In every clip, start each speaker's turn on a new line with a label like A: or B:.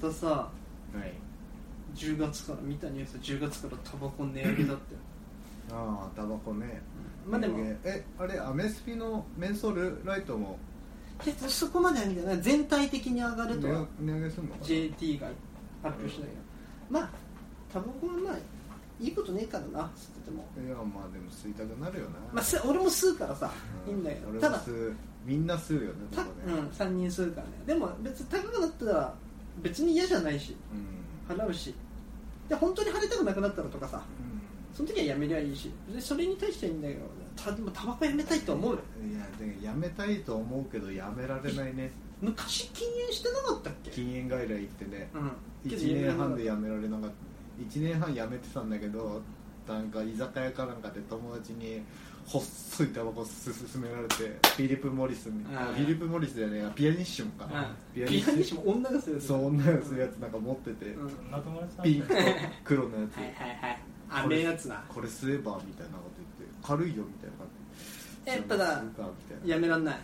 A: たさ
B: はい
A: 10月から見たニュース10月からタバコ値上げだって、
B: ああタバコね
A: うんまあでも
B: えあれアメスピのメンソールライトも
A: 別にそこまでは見てない全体的に上が
B: 値
A: るとは
B: 上値上げするのかな
A: JT が発表しないけどまあタバコはまあいいことねえからな吸ってても、
B: いやまあでも吸いたくなるよな、
A: まあ、す俺も吸うからさ、
B: う
A: いいんだけど
B: 俺
A: た
B: も
A: だ
B: 吸うみんな吸うよね
A: た、
B: ここ
A: う
B: ね
A: ん、3人吸うからねでも別に高くなったら別に嫌じゃないし
B: うん、
A: 払うしで本当に払いたくなくなったらとかさその時はやめりゃいいし別にそれに対してはいいんだけどたでもタバコやめたいと思う
B: うんいやでやめたいと思うけどやめられないね
A: 昔禁煙してなかったっけ
B: 禁煙外来行ってね
A: うんけど
B: 1年半で
A: や
B: やめられなかった1年半やめてたんだけどなんか居酒屋かなんかで友達に細いタバコす勧められてフィリップ・モリスみたいな
A: あー
B: フィリップ・モリスじゃねえやピアニッシモか
A: めな
B: な、
A: いうんピアニッシモ女がする
B: そう女がするやつなんか持ってて、
A: うん
C: そんな友達なんだ
B: ピンクと黒のやつ、
A: はいはいはいあめえやつな
B: これ吸えばみたいなこと言って軽いよみたいな感じ
A: えただ
B: 吸うかみたいな
A: やめらんない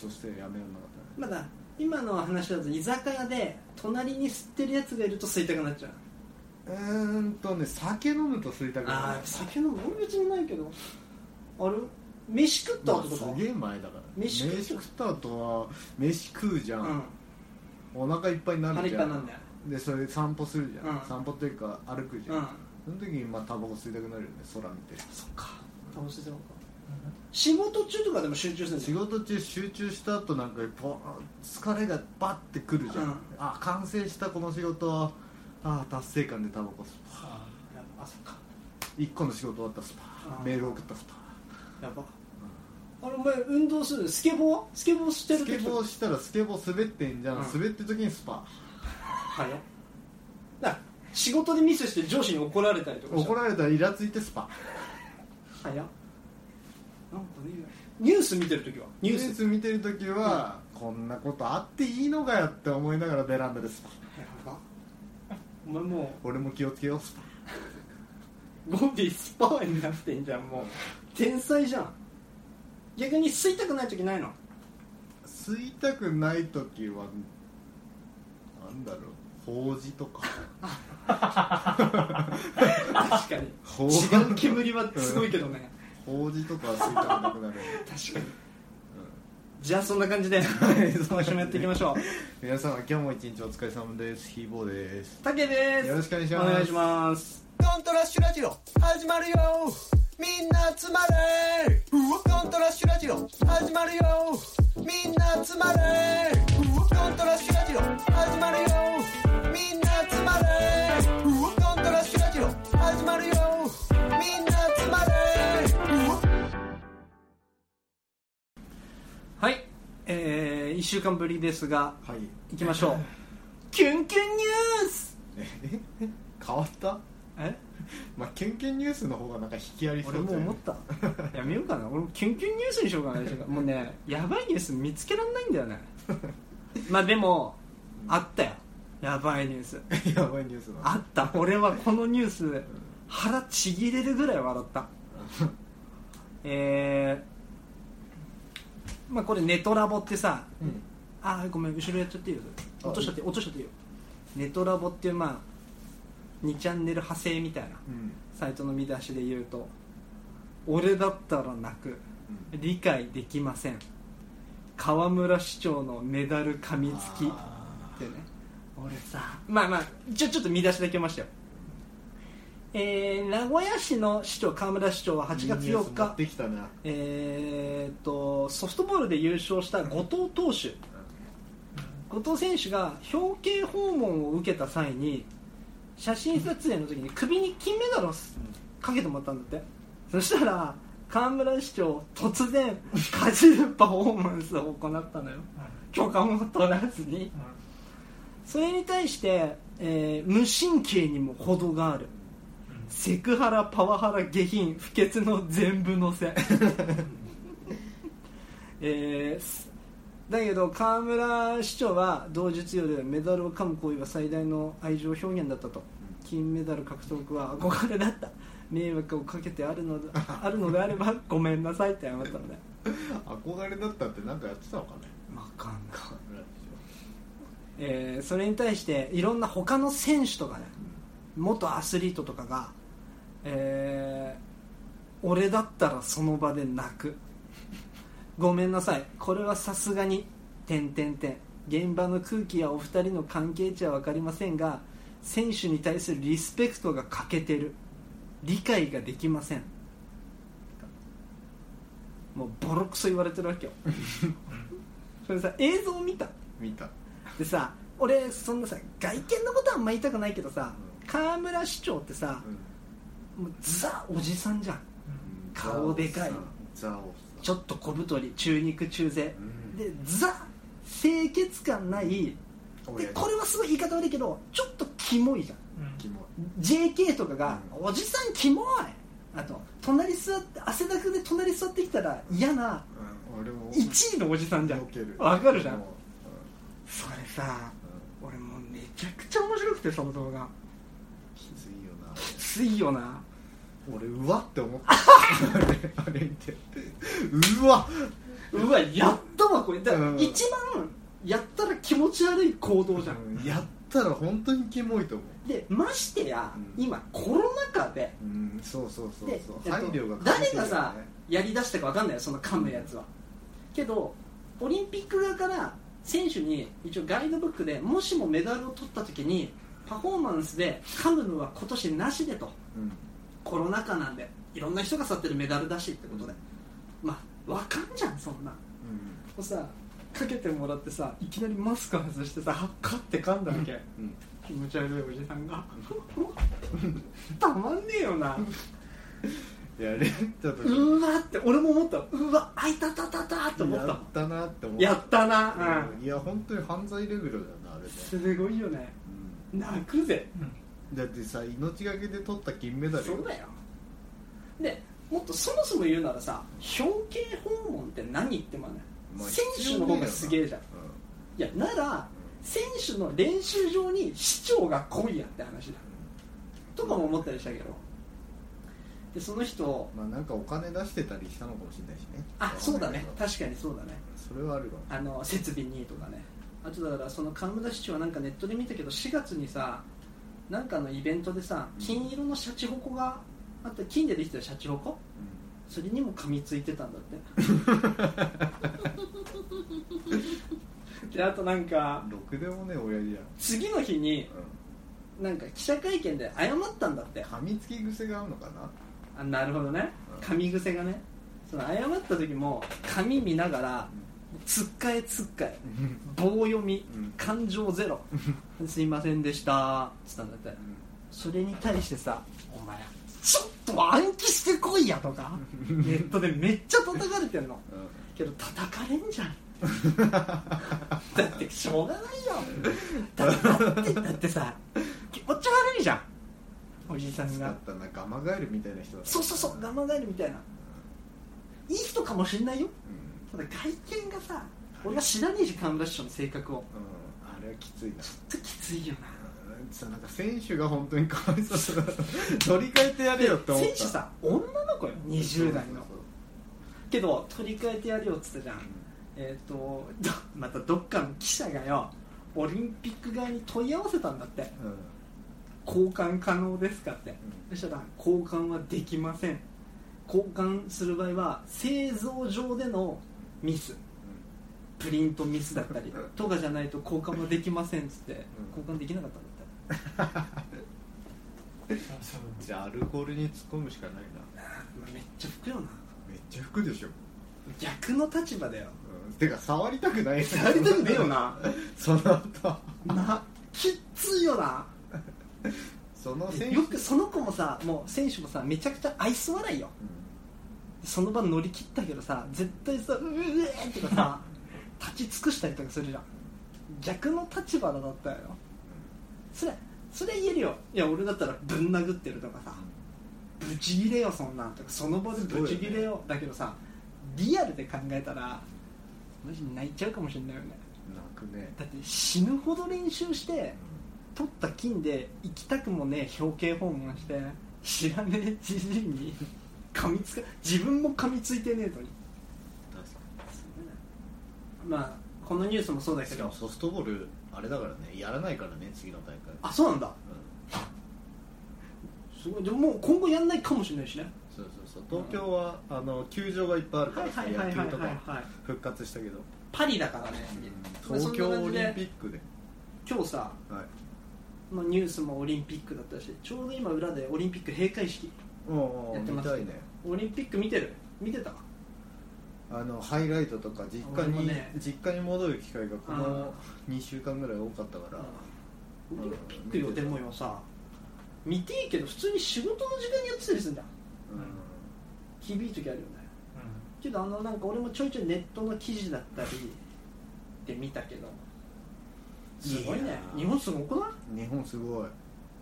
B: そしてやめられなかったね
A: まだ今の話だと居酒屋で隣に吸ってるやつがいると吸いたくなっちゃう
B: うーんとね酒飲むと吸いたくな
A: あ
B: る
A: あ酒飲む俺別にないけどあれ飯食った
B: まあ
A: 後とか、
B: すげえ前だから
A: 飯食う
B: 食った後は飯食うじゃん、お腹いっぱいに
A: う
B: なんる
A: 腹い
B: じ
A: っぱ
B: ゃ
A: い
B: ん
A: なんだよ
B: でそれ散歩するじゃん、
A: うん
B: 散歩というか歩くじゃ、
A: うんん
B: その時にまあタバコ吸いたくなるよね空見て
A: そっか楽しそうか仕事中とかでも集中するんだ
B: 仕
A: よ
B: 事中集中した後なんかポーン疲れがバッてくるじゃん、
A: うん
B: あ完成したこの仕事ああ達成感でタバコ吸う
C: あー
A: やばあそっか
B: 一個の仕事終わったらスパ
A: あー
B: ーメール送ったらスパ
A: やばあれお前運動するスケボーはスケボーして
B: ー
A: る
B: スケボー
A: ー
B: したらスケボー滑ってんじゃん、
A: うん
B: 滑ってる時にスパ
A: はよだから仕事でミスして上司に怒られたりとかした
B: 怒られたらイラついてスパ
A: はやなんかねニュース見てるときはニ
B: ニ
A: ュ
B: ュ
A: ース
B: ース見てる時は、こんなことあっていいのかよって思いながらベランダでスパ
A: やばお前も
B: 俺も気をつけようスパ
A: うゴビスパーになってんじゃんもう天才じゃん逆に吸いたくないときない の
B: 吸いたくない時はなんだろうほうじと か
A: 確かに
B: ほ
A: 違う煙はすごいけどね
B: ほうじとかは吸いたくなくなる、
A: 確かにじゃあそんな感じで
B: そん
A: 今週もやっていきましょう
B: 皆様今日も一日お疲れ様ですひーぼーです
A: 竹です
B: よろしくお願いします
A: お願いします
D: ドントラッシュラジオ始まるよみんな集まれドントラッシュラジオ始まるよみんな集まれドントラッシュラジオ始まるよみんな集まれドントラッシュラジオ始まるよみんな集まれ
A: はいえー、1週間ぶりですが
B: はい
A: いきまし ょうキュンキュンニュース
B: 変わった
A: え
B: まあキュンキュンニュースの方がなんか引きありそう
A: 俺もう思ったやめようかな俺もキュンキュンニュースにしよ うかなでしょうかもうねやばいニュース見つけられないんだよね まあでもあったよやばいニュース
B: たやばいニュースだ
A: あった俺はこのニュース腹ちぎれるぐらい笑 ったえー、まあこれネトラボってさ
B: うん
A: あーごめん後ろやっちゃっていいよ
B: あ
A: 落としちゃっていい落としちゃっていいよネトラボっていうまあ2チャンネル派生みたいな
B: うん
A: サイトの見出しで言うと俺だったら泣く
B: う
A: 理解できません河村市長のメダル噛みつきってね俺さまあまあ一応ちょっと見出しだけ読ましたよえー、名古屋市の市長河村市長は8月
B: いいニュース
A: 4
B: 持
A: 日
B: ってきたな
A: えーっとソフトボールで優勝した後藤投手後藤選手が表敬訪問を受けた際に写真撮影の時に首に金メダルをすかけてもらったんだってそしたら河村市長突然カジルパフォーマンスを行ったのよ許可も取らずにそれに対して、えー無神経にも程があるセクハラパワハラ下品不潔の全部のせ えーすだけど河村市長は同日夜メダルを噛む行為は最大の愛情表現だったと金メダル獲得は憧れだった迷惑をかけてあるのであるのであればごめんなさいって謝ったのね
B: 憧れだったってなんかやってたのかね
A: わかんないえーそれに対していろんな他の選手とかね元アスリートとかが、えー俺だったらその場で泣くごめんなさいこれはさすがに点点点現場の空気やお二人の関係値は分かりませんが選手に対するリスペクトが欠けてる理解ができませんもうボロクソ言われてるわけよそれさ映像見た
B: 見た
A: でさ俺そんなさ外見のことはあんま言いたくないけどさ河村市長ってさ
B: うん
A: もうザおじさんじゃん顔でかい
B: ザオさん
A: ちょっと小太り中肉中背
B: うん
A: でザ清潔感ないで
B: 親父
A: これはすごい言い方悪いけどちょっとキモいじゃん
B: キモい
A: JK とかが「
B: う
A: おじさんキモい!」あと隣座って汗だくで隣座ってきたら嫌な
B: うん俺も
A: 1位のおじさんじゃん
B: ボケる
A: わかるじゃん
B: も
A: それさ
B: ううん
A: 俺もうめちゃくちゃ面白くてその動画
B: きついよな
A: きついよな
B: 俺うわって思ったあれあれ見てうわ
A: うわやったわこれだから
B: うん
A: 一番やったら気持ち悪い行動じゃん、
B: うんやったら本当にキモいと思う
A: でましてや、
B: うん
A: 今コロナ禍で
B: うんそうそうそう
A: で
B: そう
A: えっと
B: 配慮が欠け
A: 誰
B: てるよ
A: が
B: ね
A: さやりだしたか分かんないよその噛むやつは、けどオリンピック側から選手に一応ガイドブックでもしもメダルを取った時にパフォーマンスで噛むのは今年なしでと
B: うん
A: コロナ禍なんでいろんな人が去ってるメダルだしってことでまあわかんじゃんそんなをさかけてもらってさいきなりマスク外してさはっかって噛んだわけ、
B: うんうん
A: 気持ち悪いおじさんが たまんねえよな
B: やれちょっと
A: うわって俺も思ったうわあいたたたたって思った
B: や
A: もん
B: ったなって思った
A: やったなうん
B: いや本当に犯罪レベルだよなあれね、
A: すごいよね
B: う
A: 泣くぜ
B: ん、だってさ命がけで取った金メダルよ
A: そうだよでもっとそもそも言うならさ表敬訪問って何言ってもね、
B: まあ
A: 選手の方がすげえじゃん
B: 必
A: いやなら選手の練習場に市長が来いやって話だとかも思ったりしたけどでその人
B: 要だよなうんまあなんかお金出してたりしたのかもしれないしね
A: あそうだね
B: わかんない
A: 確かにそうだね
B: けどそれはあるかも
A: あの設備にとかねあとだからその河村市長はなんかネットで見たけど4月にさなんかのイベントでさ金色のシャチホコがあった金でできてるシャチホコそれにも噛みついてたんだってであとなんか
B: うんろくでもね親父やん
A: 次の日になんか記者会見で謝ったんだって
B: 噛みつき癖があるのかな
A: あなるほどね
B: うん
A: 噛み癖がねその謝った時も紙見ながらつっかえつっかえ
B: うん
A: 棒読み
B: うん
A: 感情ゼ ロすいませんでしたっつったんだってそれに対してさお前ちょっと暗記してこいやと かネットでめっちゃ叩かれてんの
B: うん
A: けど叩かれんじゃ んだってしょうがないよだだってだってさ気持ち悪いじゃんおじさん
B: 使
A: が
B: ったなガマガエルみたいな人だった
A: そうそうそう我慢ガエルみたいないい人かもしんないよ
B: うん
A: ただ外見がさ俺は知らねえし河村市長の性格を
B: うんあれはきついな
A: ちょっときついよな
B: うんさなんか選手が本当にかわいそう だな取り替えてやれよって思った
A: 選手さ女の子よ20代の
B: そう
A: けど取り替えてやるよっつったじゃん
B: そう
A: えっ、と どまたどっかの記者がよオリンピック側に問い合わせたんだって
B: そううんうん
A: 交換可能ですかってそしたら交換はできません交換する場合は製造上でのミスプリントミスだったりとかじゃないと交換はできませんっつって
B: うん
A: 交換できなかったんだって
B: じゃあアルコールに突っ込むしかないな
A: めっちゃ服よな
B: めっちゃ服でしょ、
A: 逆の立場だよ
B: うん、てか触りたくない
A: やりたくねえよな
B: その後
A: なきっついよな
B: その選手
A: よくその子もさもう選手もさめちゃくちゃ愛想笑いよその場乗り切ったけどさ絶対さ「うえうえ」とか さ立ち尽くしたりとかするじゃん逆の立場だったよそれそれ言えるよいや俺だったらぶん殴ってるとかさブチギレよそんなんとかその場でブチギレよだけどさリアルで考えたらマジ泣いちゃうかもしれないよね
B: うん泣くね
A: だって死ぬほど練習して取った金で行きたくもねえ表敬訪問して知らねえじじいに噛みつか自分も噛みついてねえのに
B: 確か
A: まあこのニュースもそうだけ
B: しか
A: ど
B: もソフトボールあれだからねやらないからね次の大会
A: あそうなんだ
B: うん
A: すごいでももう今後やんないかもしれないしね
B: そうそうそう東京は、あの球場がいっぱいあるか
A: はい
B: らさ
A: はい
B: 野
A: はいはい
B: 球と
A: はい
B: か
A: はい
B: 復活したけど、
A: パリだからね
B: うん東京
A: そんな
B: オ
A: 感
B: リ
A: じ
B: ン
A: で
B: ピックで、
A: 今日さ
B: はい、
A: まあニュースもオリンピックだったしちょうど今裏でオリンピック閉会式
B: お
A: やって
B: 見
A: ます
B: た
A: け
B: い
A: ど、
B: ね
A: オリンピック見てる見てた
B: あのハイライトとか実家
A: 俺も
B: に、
A: ね
B: 実家に戻る機会がこ
A: あ
B: の2週間ぐらい多かったから、
A: オリンピックよでもよさ見ていいけど普通に仕事の時間にやってたりするんだ
B: うん
A: 厳しい時あるよねけどあのなんか俺もちょいちょいネットの記事だったりで見たけどすごい
B: い
A: ね
B: やー
A: 日本すごくない
B: 日本すごい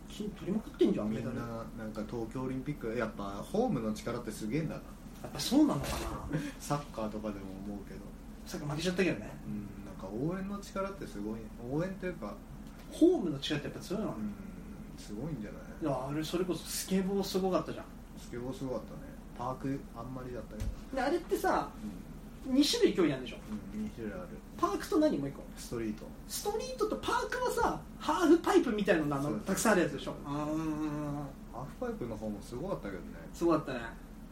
A: 金取りまくってんじゃん
B: み
A: メ
B: ん
A: ダル
B: な
A: や
B: なんか東京オリンピックやっぱホームの力ってすげえんだな
A: っぱそうなのかな
B: サッカーとかでも思うけど、
A: さっき負けちゃったけどね
B: うん、なんか応援の力ってすごい応援というか、
A: ホームの力ってやっぱ強いの
B: う、
A: かなん
B: すごいんじゃない
A: いやあれそれこそスケボーすごかったじゃん
B: スケボーすごかったねパークあんまりだったけど、
A: であれってさ
B: う
A: 2種類競技なんでしょ
B: んうん、2種類ある
A: パークと何もう一個
B: ストリート
A: ストリートとパークはさハーフパイプみたいなのあ
B: そ
A: の
B: う
A: たくさんあるやつでしょ
B: そう
A: ああ
B: ハーフパイプの方もすごかったけどね
A: すごかったね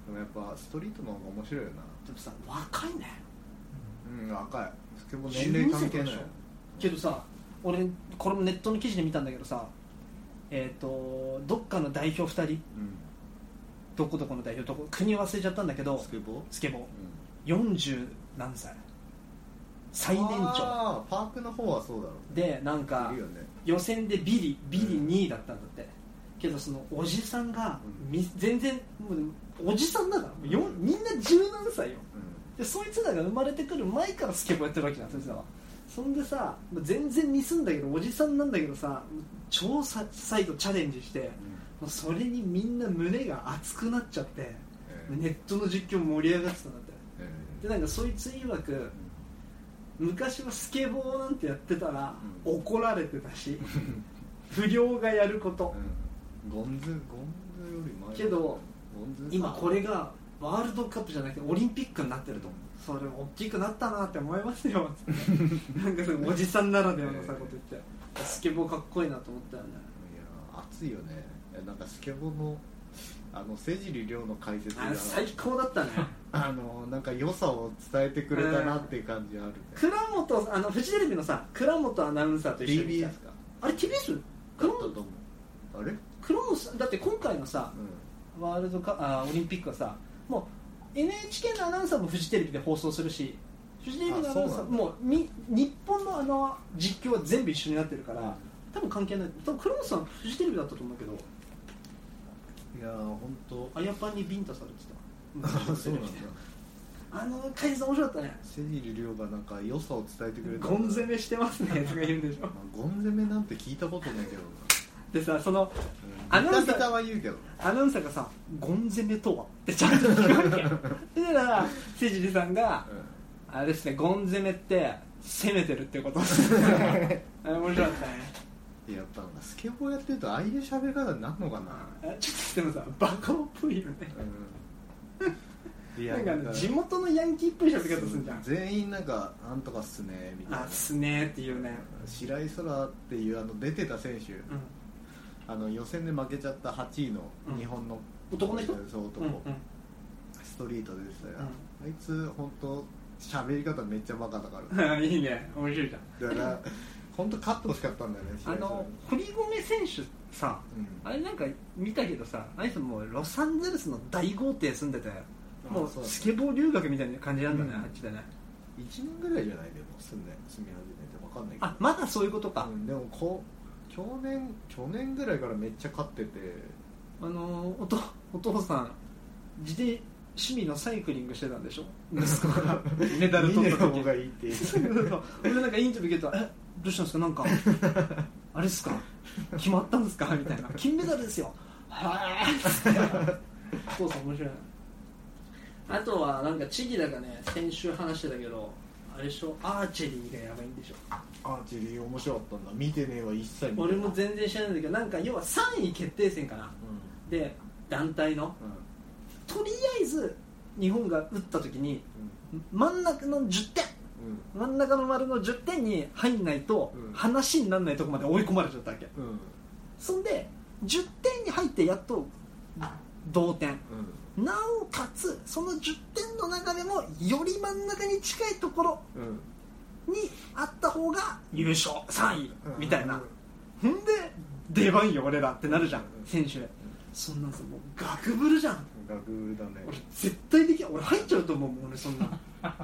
B: でもやっぱストリートの方が面白いよな
A: でもさ若いね
B: うん若いスケボー年齢関係
A: 12歳とか
B: ない
A: でしょけどさ俺これもネットの記事で見たんだけどさえっ、とどっかの代表2人
B: う
A: どこどこの代表どこ国忘れちゃったんだけ
B: ん
A: ど
B: スケボー、うん、
A: スケボー40何歳最年長
B: あーパークの方はそうだろうね
A: でなんか
B: いるよね
A: 予選でビリビリ2位だったんだって、けどそのおじさんが、
B: うん
A: み全然もうおじさんだからよ
B: うん
A: みんな十何歳よ
B: う
A: でそいつらが生まれてくる前からスケボーやってるわけじゃんそいつらはそんでさもう全然ミスんだけどおじさんなんだけどさ超さ再度チャレンジして
B: ん、うん
A: もうそれにみんな胸が熱くなっちゃって
B: えー
A: ネットの実況盛り上がってたんだって
B: えー
A: でなんかそいつ曰く昔はスケボーなんてやってたら、
B: うん
A: 怒られてた し不良がやること、
B: うんゴンズゴンズより前
A: けど
B: ゴンズさん
A: 今これがワールドカップじゃなくてオリンピックになってると思うそれ大きくなったなって思います よなんかそのおじさんならではのさこと言ってスケボーかっこいいなと思ったよね
B: いやー暑いよねいやなんかスケボーのあの瀬尻涼の解説が
A: あれ最高だったね
B: あのなんか良さを伝えてくれたなっていう感じあるね、
A: 倉本あのフジテレビのさ倉本アナウンサーと一緒に
B: TBS
A: さ
B: かだっ
A: あれ TBS?
B: た
A: 倉
B: と
A: 本
B: 思うあれ、うん、
A: 倉本さんだって今回のさワールドカあオリンピックはさもう NHK のアナウンサーもフジテレビで放送するしフジテレビのアナウンサ
B: あ
A: ー
B: そうなんだ
A: もうみ日本のあの実況は全部一緒になってるから多分関係ない多分黒本さんフジテレビだったと思うけど
B: いやー本当
A: あやパンにビンタされて
B: あ
A: た
B: そう なんだ
A: あの解説面白かったね
B: 瀬尻涼がなんか良さを伝えてくれた
A: ゴン攻めしてますねとか言うんでしょ
B: まあゴン攻めなんて聞いたことないけど
A: でさそのア
B: な、うん、
A: ナウンサー
B: ビタビタは言うけど
A: アナウンサーがさ「ゴン攻めとは?」ってちゃんと聞くわ けでだから聖司さんが
B: うん
A: あれですね、ゴン攻めって攻めてるってこと あれ面白かったね
B: いややっぱなんかスケボーやってるとああいう喋り方になるのかな、
A: あちょっとでもさバカっぽいよね
B: うん、い
A: なんかあの
B: か
A: 地元のヤンキーっぽい喋り方するじゃん
B: 全員なんか「なんとかっすね」みたい
A: あ
B: な
A: すねーっていうね、
B: 白井空っていうあの出てた選手、
A: う
B: あの予選で負けちゃった8位の
A: うん
B: 日本の、
A: 男の人
B: そう男、
A: んうん
B: ストリートでしたよ、
A: う
B: あいつ本当喋り方めっちゃバカだか
A: うん いいね面白いじゃ
B: らだから本当勝ってほしかったんだよね
A: んあの堀米選手さあれなんか見たけどさあいつもうロサンゼルスの大豪邸住んでてもうス
B: 1
A: ケボー留学みたいな感じなんだね、
B: うん
A: あっちでね
B: 年ぐらいじゃないでも住んで住み始めて分かんないけど
A: あまだそういうことか、
B: うんでもこう去年去年ぐらいからめっちゃ勝ってて
A: あのーおとお父さん自転趣味のサイクリングしてたんでしょ息子 がメダル取った
B: 見
A: 時
B: ねえ方がいいっていう
A: そうそうそう俺なんかインタビュー受けたら「えどうしたんですかなんか あれっすか決まったんですか?」みたいな「金メダルですよ」はいお父さん面白いなあとはなんかチギラがね先週話してたけどあれでしょアーチェリーがやばいんでしょ
B: アーチェリー面白かったんだ見てねえわ一切見てない
A: 俺も全然知らないんだけどなんか要は3位決定戦かな
B: う
A: で団体の
B: んうん
A: とりあえず日本が打った時に
B: うん
A: 真ん中の10点真ん中の丸の10点に入んないと
B: うん
A: 話にならないとこまで追い込まれちゃったわけ
B: うんうん
A: そんで10点に入ってやっと同点なおかつその10点の中でもより真ん中に近いところ
B: うんうん
A: にあった方が優勝3位みたいな、
B: うん
A: んで出番よ俺らってなるじゃん
B: うん
A: 選手そんなんさもうガクブルじゃん
B: 学部だね
A: 俺絶対できない俺入っちゃうと思うもん俺そん な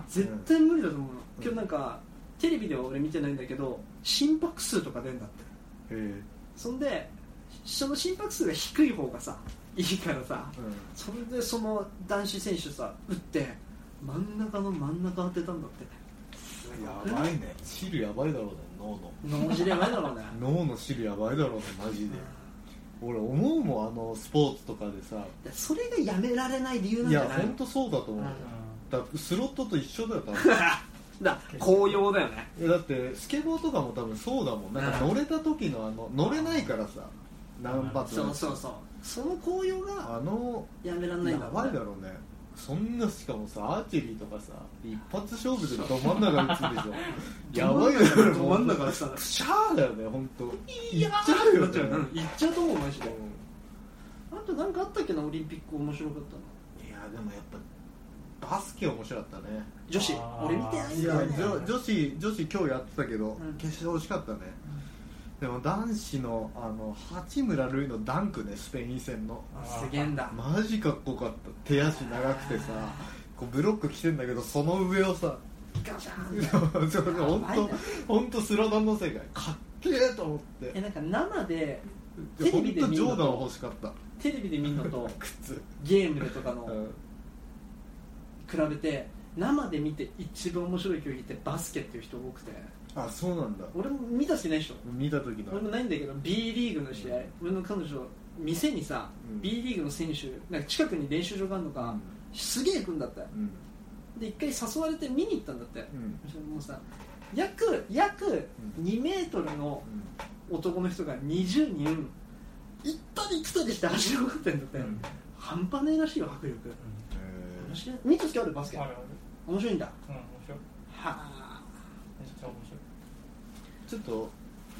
A: 絶対無理だと思うの
B: うん
A: 今日なんかテレビでは俺見てないんだけど心拍数とか出んだって
B: へえうん
A: そんでその心拍数が低い方がさいいからさそれでその男子選手さ打って真ん中の真ん中当てたんだって
B: やばいね汁やばいだろうね脳の
A: 脳汁やばいだろ うね
B: 脳の汁やばいだろうねマジで俺思うもんあのスポーツとかでさ
A: それがやめられない理由なん
B: い
A: じゃ
B: や
A: ない
B: 本当そうだと思
A: う
B: う、
A: ん
B: だってスロットと一緒だよ 多分
A: だ紅葉だよね
B: いやだってスケボーとかも多分そうだもんなんか乗れた時のあの乗れないからさ何発
A: そうそうそうその紅葉が
B: あの
A: やめられないんだ
B: やばいだ
A: ろ
B: ろうねそんなしかもさアーチェリーとかさ一発勝負でど真ん中打つでし ょやばいよね
A: ど真ん中打つから
B: プシャーだよね本当
A: いや
B: っちゃうよ
A: っちゃう
B: ね
A: うんいっちゃうと思うマジであとなんかあったっけなオリンピック面白かったの
B: いやでもやっぱバスケ面白かったね
A: 女子
C: あー
A: 俺見てない
B: い
A: んだ
B: や
A: よ
C: じゃ
A: ね
B: 女女子女子今日やってたけど、
A: うん
B: 決勝惜しかったね、でも男子のあの八村塁のダンクねスペイン戦の
A: すげえんだ
B: マジかっこよかった手足長くてさこうブロック来てんだけどその上をさ
A: ガシャーンって
B: 本
A: や
B: 当
A: ばいな
B: 本当スラダンの世界かっけえと思っ
A: え
B: て
A: なんか生でテレ
B: 本
A: ビで
B: 当
A: 見
B: ジ
A: る
B: ョーダン
A: の
B: 欲しかった
A: テレビで見るの と
B: 靴
A: ゲームでとか
B: う
A: の
B: ん
A: 比べて生で見て一番面白い競技ってバスケっていう人多くて
B: あそうなんだ
A: 俺も見たしないでしょ
B: 見た時の
A: 俺もないんだけど B リーグの試合俺の彼女店にさ、
B: うん
A: B リーグの選手なんか近くに練習場があるのか、すげえ行くんだって
B: うん
A: で一回誘われて見に行ったんだって、
B: うん
A: それもうさ約約
B: うん
A: 2メートルの男の人が20人行ったり来たりして走りまくってんだって、
B: うん
A: 半端ないらしいよ迫力
B: えー
A: 面白い見た時あるバスケ
C: あるある
A: 面白いんだは
C: うん面白い
A: あ
C: めっちゃ面白い
B: ちょっと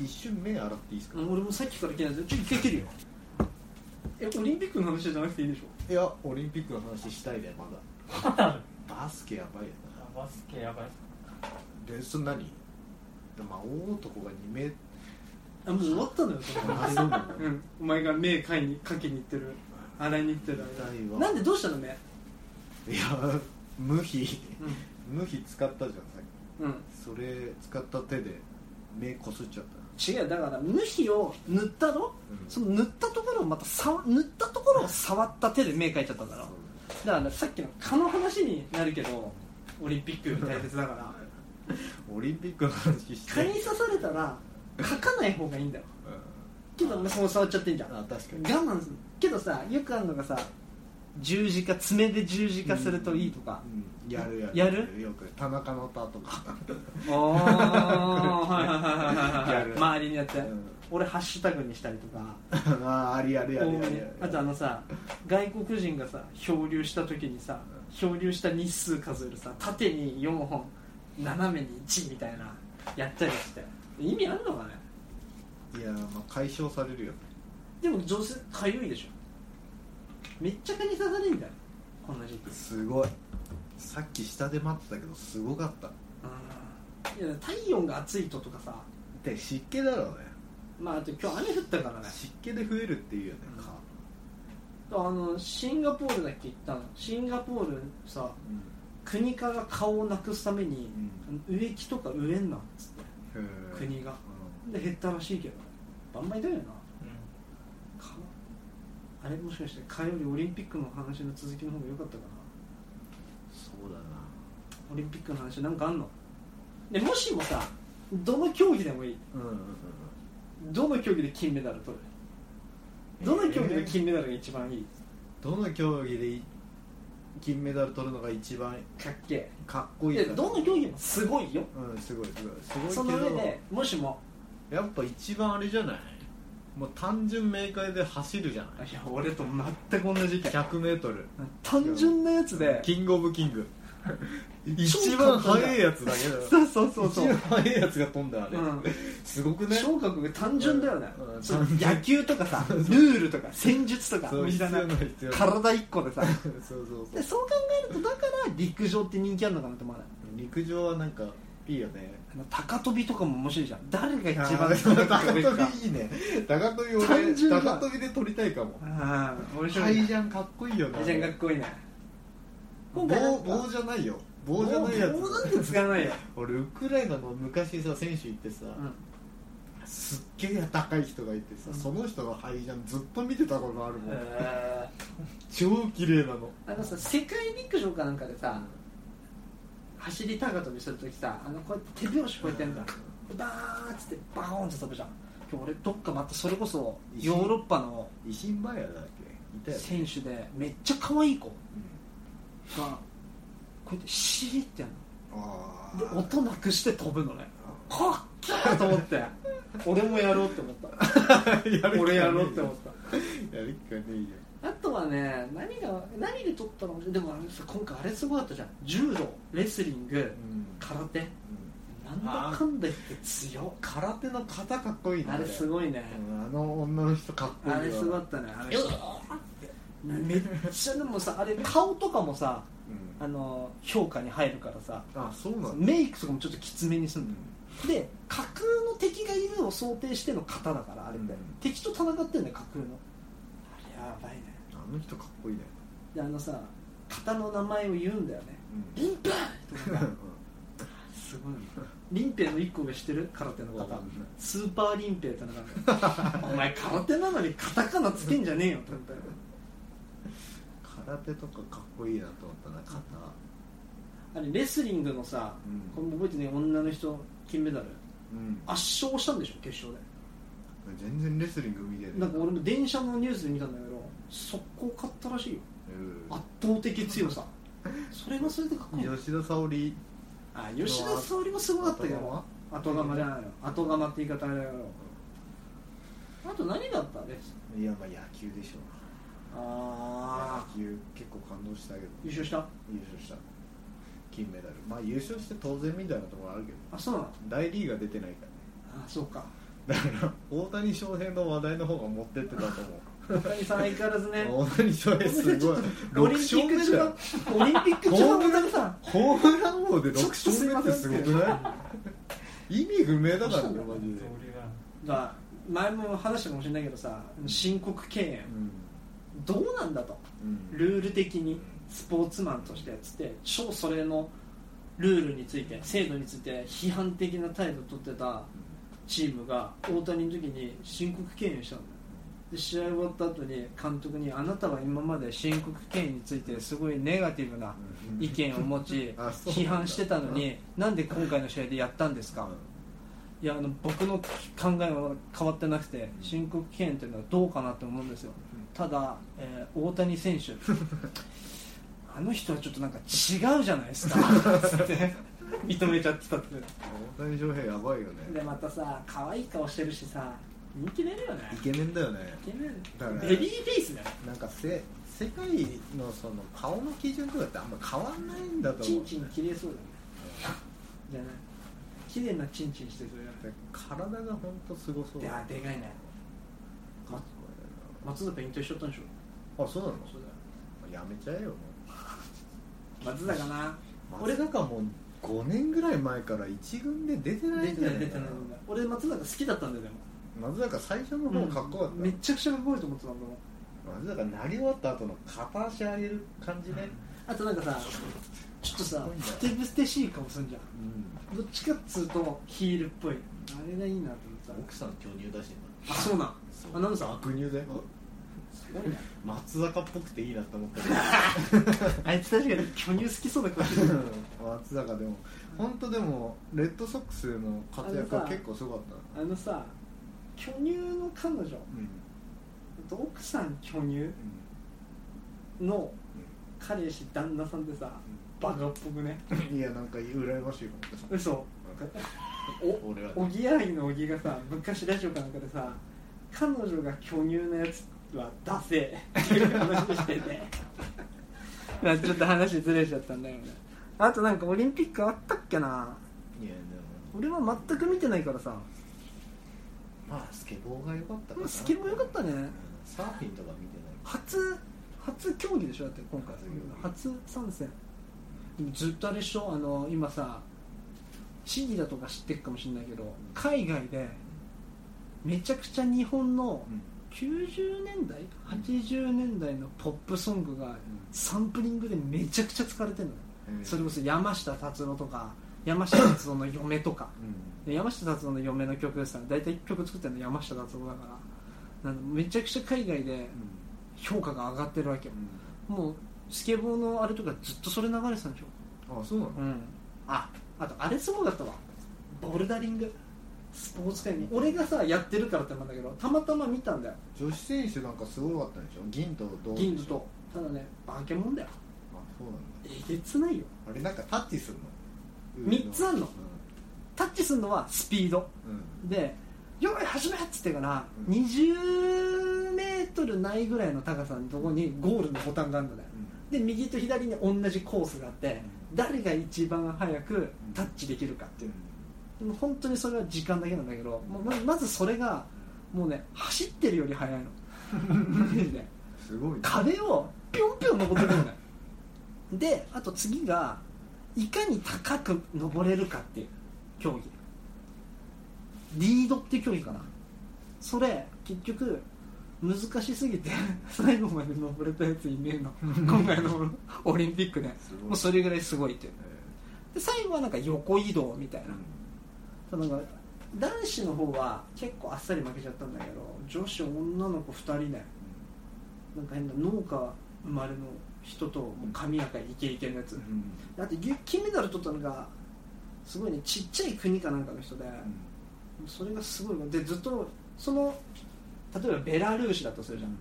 B: 一瞬目洗っていいですか、
A: 俺もさっきからいけないんだけどちょっと一回切るよえオリンピックの話じゃなくていいんでしょ
B: いやオリンピックの話したいねまだバスケやばいよ
C: あバスケやばい
B: なでそれ何まあ大男が2名
A: あもう終わったのよそれ
B: あそうなの
A: うん、お前が目かいにかけに行ってる洗いに行ってる
B: 痛いわ
A: なんでどうしたの目
B: いや無比
A: う
B: 無比使ったじゃんさっ
A: ん、う
B: きそれ使った手で目こすっちゃった
A: ん、違うだから無比を塗ったろ、
B: うん
A: その塗ったところをまた触塗ったところを触った手で目かいちゃったんだろだからさっきの蚊の話になるけどオリンピックより大切だから
B: オリンピックの話し て
A: 蚊に刺されたら書かない方がいいんだよけ
B: うん
A: どお前その触っちゃってんじゃん
B: あ確かに
A: 我慢するけどさよくあるのがさ十字架爪で十字架するといいとか、
B: うんやるやる
A: やる
B: よく田中の田とか
A: ああはいはいはいはい
B: や
A: はい
B: る
A: 周りにやって、
B: うん
A: 俺ハッシュタグにしたりとか
B: あありやるやるやるやる
A: あとあのさ外国人がさ漂流した時にさ漂流した日数数えるさ縦に4本斜めに1みたいなやったりして意味あるのかね
B: いやまあ解消されるよね
A: でも女性かゆいでしょめっちゃ蚊に刺されんだよこんな時期
B: すごいさっき下で待ってたけどすごかった
A: うんいや体温が暑いととかさ
B: で湿気だろうね
A: まああと今日雨降ったからね
B: 湿気で増えるっていうよね
A: うん
B: 蚊
A: あのシンガポールだっけ行ったのシンガポールさ国化が顔をなくすために、植木とか植えんなっつって
B: うんへえ
A: 国が
B: う
A: で減ったらしいけどあんまりだよな
C: うん
A: 蚊あれもしかして蚊よりオリンピックの話の続きの方が良かったか
B: んそうだな
A: なオリンピックの話なんかあんのでもしもさどの競技でもいい
B: うんうんうんうん
A: どの競技で金メダル取るどの競技で金メダルが一番いい、
B: どの競技で金メダル取るのが一番
A: かっけ
B: かっこ
A: え
B: い
A: い
B: い
A: や
B: か
A: どの競技もすごいよ
B: うんすごいすごいす
A: そ
B: ごい
A: の
B: け
A: 上
B: ど
A: でもしも
B: やっぱ一番あれじゃないもう単純明快で走るじゃない
A: いや俺と全く同じ意見
B: 100m
A: 単純なやつで
B: キングオブキング一番速いやつだけだよ
A: そうそうそうそう
B: 一番速いやつが飛んだあれ、
A: うん
B: すごくね
A: 聴覚が単純だよね、
B: うん
A: そう
B: 単純
A: 野球とかさ ルールとか戦術とか
B: そう
A: 知らない
B: 必要ない必要ない
A: 体一個でさ
B: そうそうそ
A: で
B: う
A: そう考えるとだから陸上って人気あるのかなって思わない
B: 陸上はなんかいいよね
A: あの高跳びとかも面白いじゃん誰が一
B: あ
A: 番
B: ー
A: 高
B: 高
A: 跳びか
B: 跳びいいね高跳び
A: 単純
B: 俺
A: だ
B: 高跳びで撮りたいかも
A: ああ面白
B: ハ
A: い
B: イ
A: ね
B: ジャンかっこいいよね
A: ハイジャンかっこいいね
B: 棒棒じゃないよ棒じゃないやつ
A: 棒なんて使わない よ、
B: 俺ウクライナの昔さ選手行ってさ、
A: うん
B: すっげえ高い人がいてさ、
A: うん
B: その人のハイジャンずっと見てたことあるもん、
A: え
B: 超綺麗なの
A: ーあのさ世界陸上かなんかでさ走り高跳びするときさあのこうやって手拍子こうやってやるからバーンっつってバーンって飛ぶじゃん今日俺どっかまたそれこそヨーロッパの
B: 維新バイヤーだっけいたよね、
A: 選手でめっちゃ可愛い子
B: うん
A: がこうやってシーってやる
B: あ
A: ので
B: ー
A: 音なくして飛ぶのねかっけーと思って 俺もやろうって思っ
B: や
A: た俺やろうって思った
B: たやる気がねえよ
A: あとはね何が何で取ったのでもあれさ今回あれすごかったじゃん柔道レスリング
B: うん
A: 空手
B: うん
A: なんだかんだ言って強っ
B: 空手の型かっこいいね
A: あれすごいね
B: うんあの女の人かっこいい
A: あれすごかったねあれめっちゃでもさあれ顔とかもさ
B: うん
A: あの評価に入るからさ
B: あそうなんだ
A: メイクとかもちょっときつめにするの、で架空の敵がいるのを想定しての型だからあれって、
B: うん
A: 敵と戦ってんだよ架空のあれやばいね
B: あの人かっこいいね
A: であのさ型の名前を言うんだよね
B: うん
A: リンペイとかさ すごいねリンペイの1個上知ってる空手の
B: わか
A: 型
B: んない
A: スーパーリンペイって名前 お前空手なのにカタカナつけんじゃねえよって思ったよ
B: 空手とかかっこいいなと思ったな型
A: あれレスリングのさ、
B: うん
A: これも覚えてね女の人金メダル
B: うん
A: 圧勝したんでしょ決勝で
B: 全然レスリング見てる
A: なんか俺も電車のニュースで見たんだけど速攻勝ったらしいよ
B: うん
A: 圧倒的強さそれがそれでかっこいい
B: 吉田沙保里
A: あ吉田沙保里もすごかったけど後
B: 後釜
A: 釜じゃないよ後釜って言い方あれだけどあと何だったね
B: いやまあ野球でしょ
A: ああ
B: 野球結構感動したけど
A: 優勝した
B: 優勝した金メダルまあ優勝して当然みたいなところあるけど
A: あそうなの
B: 大リーが出てないからね
A: あそうか
B: だから大谷翔平の話題の方が持ってってたと思う
A: 大谷さん相変わらずね
B: 大谷翔平 すごい
A: オリンピック中のオリンピック中の大谷さん
B: ホームラン王で
A: ちょっ
B: 6
A: とすい
B: 勝
A: ま
B: 目
A: せ
B: っ
A: ん
B: てすごくない意味不明だからねマジで、
C: 俺が
A: が前も話したかもしれないけどさ申告敬遠
B: うん
A: どうなんだと
B: うん
A: ルール的にスポーツマンとしてやつって超それのルールについて制度について批判的な態度を取ってたチームが大谷の時に申告敬遠したんだよで試合終わった後に監督にあなたは今まで申告敬遠についてすごいネガティブな
B: うん
A: 意見を持ち
B: あそうなんだ
A: 批判してたのになんで今回の試合でやったんですかいやあの僕の考えは変わってなくて申告敬遠というのはどうかなと思うんですよただ、えー大谷選手あの人はちょっとなんか違うじゃない ですかつって認めちゃってたって
B: 大谷翔平やばいよね
A: でまたさ可愛い顔してるしさ人気出るよね
B: イケメンだよね
A: イケメン
B: だから
A: ベビーフェイスだよ
B: なんかせ世界のその顔の基準とかってあんま変わんないんだと
A: チ
B: 思う
A: ンチン綺麗そうだねじゃない綺麗なチンチンしてそうじゃない
B: 体が本当すごそう
A: であでかいねま松坂引退しちゃったんでしょ
B: あそうなの
A: そうだ
B: やめちゃえよもう
A: よ松坂な
B: 俺なんかもう5年ぐらい前から一軍で出てない
A: 出
B: ん
A: て
B: じゃ
A: な
B: な
A: 出
B: いいか
A: て
B: な
A: ない俺松坂好きだったんだよでも
B: 松坂最初の方かっこよかった、
A: めちゃくちゃかっこいいと思ってたんだもん
B: 松坂なり終わった後の片足上げる感じね
A: あとなんかさちょっと
B: かっ
A: さ
B: こいいんだよ
A: ふてぶてしい顔すんじゃん
B: うん、
A: どっちかっつうとヒールっぽいあれがいいなと思って
B: 奥さん巨乳だし
A: たあそうなんアナウンサー
B: 悪乳だよ
A: すごいな
B: 松坂っぽくていいなと思ったけ
A: あいつ確かに巨乳好きそうな顔してる
B: ど 松坂でも本当でもレッドソックスの活躍は結構すごかっ
A: あのさ巨乳の彼女
B: たうん、うん
A: 奥さん巨乳の彼氏旦那さんってさバカっぽくね
B: うんいやなんか羨ましいかも
A: 嘘お
B: 俺は
A: おぎやはぎのおぎがさ昔ラジオかなんかでさ彼女が巨乳のやつはダ セえっていう話しててまあちょっと話ずれちゃったんだよねあとなんかオリンピックあったっけない
B: やでも
A: 俺は全く見てないからさ
B: まあスケボーが良かったか
A: ま
B: な
A: あスケボー良かったね
B: うんサーフィンとか見てない
A: 初初競技でしょだって今回初参戦でもずっとあれでしょあの今さ市議だとか知ってるかもしれないけど海外でめちゃくちゃ日本の90年代80年代のポップソングがサンプリングでめちゃくちゃ使われてるのよ
B: うん
A: それこそ山下達郎とか山下達郎の嫁とか
B: うん
A: で山下達郎の嫁の曲ですから大体曲作ってるの山下達郎だからなんでめちゃくちゃ海外で評価が上がってるわけよもうスケボーのあれとかずっとそれ流れてたんでしょ
B: うんあそうなの
A: うんああとあれすごかったわボルダリングスポーツ界に俺がさやってるからってなんだけどたまたま見たんだよ
B: 女子選手なんかすごかったんでしょ銀と銅でしょ
A: 銀とただね化け物だよ
B: あそうなんだ
A: えげつないよ
B: あれなんかタッチするの
A: 三つあんのタッチするのはスピード
B: うんうん
A: で「よい始め!」っつってから、
B: うん
A: 20メートルないぐらいの高さのとこにゴールのボタンがあるのだよで右と左に同じコースがあって誰が一番早くタッチできるかっていうでも本当にそれは時間だけなんだけどもうままずそれがもうね走ってるより速いのマジです
B: ごいね
A: 壁をピョンピョン登ってくるのよであと次がいかに高く登れるかっていう競技リードっていう競技かなそれ結局難しすぎて 最後まで登れたやついねえの今回のオリンピックです
B: ごい
A: もうそれぐらいすごいっていう
B: え
A: で最後はなんか横移動みたい
B: ー
A: なそうなんか男子の方は結構あっさり負けちゃったんだけど女子女の子2人ねなんか変な農家生まれの人ともう神やかイケイケのやつ
B: うんうん
A: あとゆ金メダル取ったのがすごいねちっちゃい国かなんかの人でそれがすごいのでずっとその例えばベラルーシだとするじゃん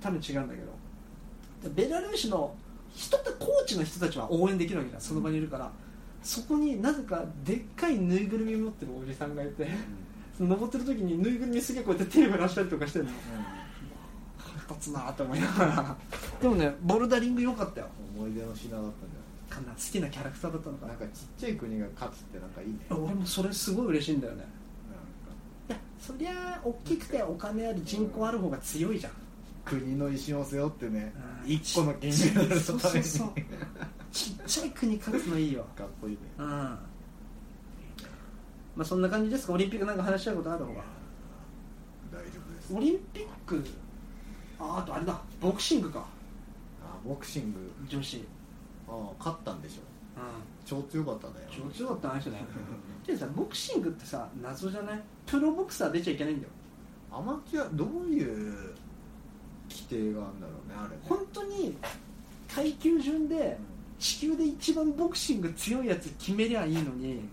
A: 多分違うんだけどでベラルーシの人ってコーチの人たちは応援できるわけじゃんその場にいるからそこになぜかでっかいぬいぐるみ持ってるおじさんがいてその登ってる時にぬいぐるみすげえこうやって手を揺らしたりとかしてるの腹立つなーって思いながらでもねボルダリング良かったよ
B: うん思い出の品だったんじ
A: かな好きなキャラクターだったの
B: ゃ
A: か
B: な
A: ない
B: なんかちっちゃい国が勝つってなんかいいねなんか
A: 俺もそれすごい嬉しいんだよねいやそりゃ大きくてお金あり人口ある方が強いじゃん
B: 国の威信を背負ってね
A: うん
B: 一個の金メダル
A: そう
B: の
A: そ
B: ため
A: う
B: に
A: そうちっちゃい国勝つのいいよ
B: かっこいいね
A: うんまあそんな感じですかオリンピックなんか話したいことある方が
B: 大丈夫です
A: オリンピックああとあれだボクシングか
B: あボクシング
A: 女子うん
B: あ勝ったんでしょ超強かったね
A: 超強かった話だよでさボクシングってさ謎じゃないプロボクサー出ちゃいけないんだよ
B: アマチュアどういう規定があるんだろうねあれね
A: 本当に階級順で
B: う
A: 地球で一番ボクシング強いやつ決めりゃいいのに
B: ん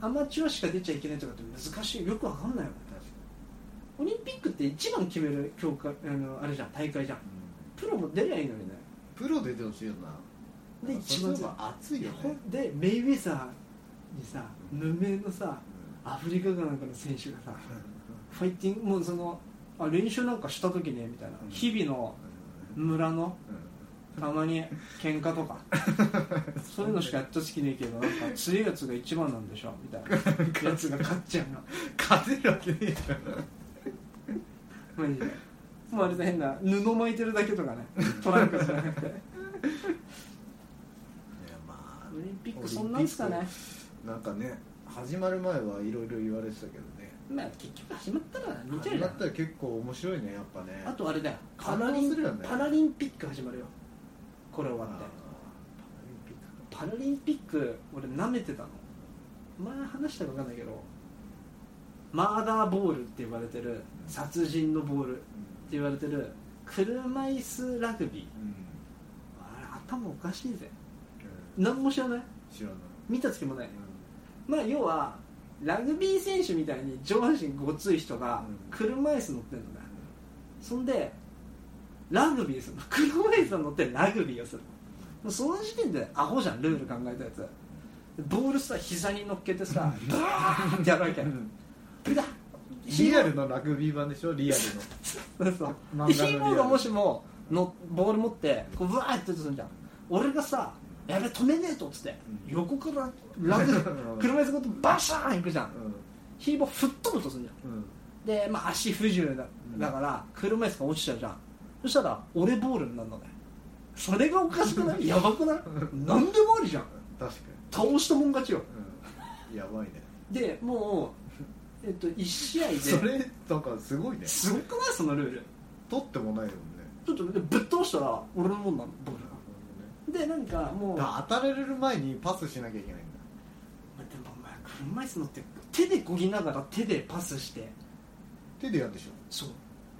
A: アマチュアしか出ちゃいけないとかって難しいよくわかんないよね
B: 確か
A: オリンピックって一番決める強化あのあれじゃん大会じゃん
B: に
A: プロも出りゃいいのにね
B: プロ出てほしいよな
A: で
B: なんか
A: 一番
B: そういうの熱いよね
A: ほんでメイウェザーにさ
B: うん
A: 無名のさアフリカかなんかの選手がさファイティングもうそのあ練習なんかした時ねみたいな
B: うん
A: 日々の
B: うん
A: 村の
B: うん
A: たまに喧嘩と かそういうのしかやった好きねえけどなんか強いやつが一番なんでしょみたいなやつが勝っちゃうの
B: 勝てるわけねえじゃ
A: マ
B: ん
A: ジでもうあれだ変な布巻いてるだけとか ねトランクじゃなくて
B: いやまあ
A: オリンピックそんなんすか
B: オリ
A: ね
B: ンピックなんかね始まる前はいろいろ言われてたけどね
A: まあ結局始まったら見ちゃう
B: 始
A: じゃ
B: ま
A: ん
B: ったら結構面白いねやっぱね
A: あとあれだよパ
B: 感
A: ラ
B: 動
A: リン
B: するよね
A: パラリンピック始まるよこれ終
B: あ
A: わ
B: ー
A: っ
B: パ
A: て
B: ラリンピック
A: パラリンピック俺舐めてたの前話したか分かんないけどマーダーボールって呼ばれてる殺人のボールって言われてる車椅子ラグビー
B: うんうん
A: あれ頭おかしいぜ
B: うん
A: 何も知らない
B: 知らない
A: 見たつけもないまあ要はラグビー選手みたいに上半身ごつい人が
B: うん
A: 車椅子乗ってんのねそんでラグビーするの 車椅子乗ってラグビーをするもうその時点でアホじゃんルール考えたやつボールさ膝に乗っけてさブワーってやるわけ
B: うん
A: ブダッ
B: リアルのラグビー版でしょリアルの
A: そうそう
B: 漫画の
A: で
B: リアル
A: ヒーローがもしものボール持ってこうブワーってやるとするじゃん俺がさやべ止めねえとっつって、
B: うん
A: 横からラ グで
B: うん
A: 車椅子ごとバシャーン行くじゃん
B: う
A: ひーぼ吹っ飛ぶとするじゃん
B: んうん
A: で、まあ、足不自由だ
B: うん
A: だから車椅子が落ちちゃうじゃんそしたら俺ボールになるのねそれがおかしくないやばくない何でもありじゃん
B: 確か
A: 倒したもん勝ちよ
B: に、うん、やばいね
A: でもう、えっと、1試合で
B: それなんかすごいね
A: すごくないそのルール
B: 取ってもないもんね
A: ちょっとでぶっ倒したら俺のもんなのボールがでなんかもう
B: だから当たられる前にパスしなきゃいけないんだ
A: まあでもお前車椅子乗って手でこぎながら手でパスして
B: 手でやるでしょ
A: そう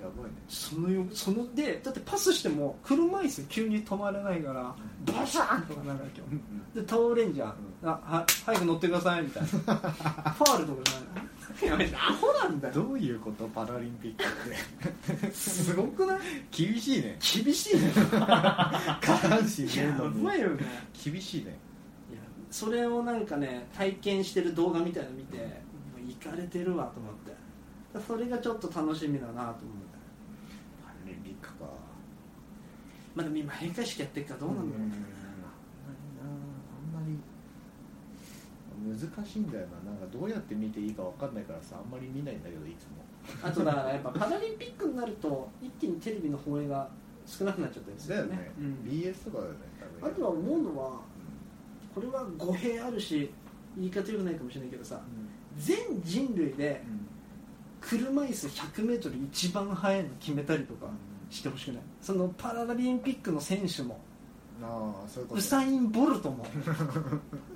B: やばいね
A: そのよそのでだってパスしても車椅子急に止まれないからバシャーンとかなるわけよで倒れんじゃん、あは早く乗ってくださいみたい なファールとかじゃないのやめてアホなんだよ
B: どういうことパラリンピックっ
A: すごくない
B: て厳しいね
A: 厳しいね
B: 下半身出る
A: や
B: のも
A: ばいよね
B: 厳しいね
A: いやそれをなんかね体験してる動画みたいなの見てもういかれてるわと思ってだそれがちょっと楽しみだなと思って
B: パラリンピックか
A: まあでも今閉会式やってるからどうなんだろうね
B: あんまり難しいんだよななんかどうやって見ていいか分かんないからさあんまり見ないんだけどいつも
A: あとだからやっぱパラリンピックになると一気にテレビの放映が少なくなっちゃったりする
B: だよ
A: よ
B: ね
A: ね、うん
B: BS とかだよね多
A: あ
B: 分
A: とは思うのはこれは語弊あるし言い方よくないかもしれないけどさ全人類で車椅子 100m 一番速いの決めたりとかしてほしくないそのパラリンピックの選手も
B: なあそういうこと
A: ウサイン・ボルトも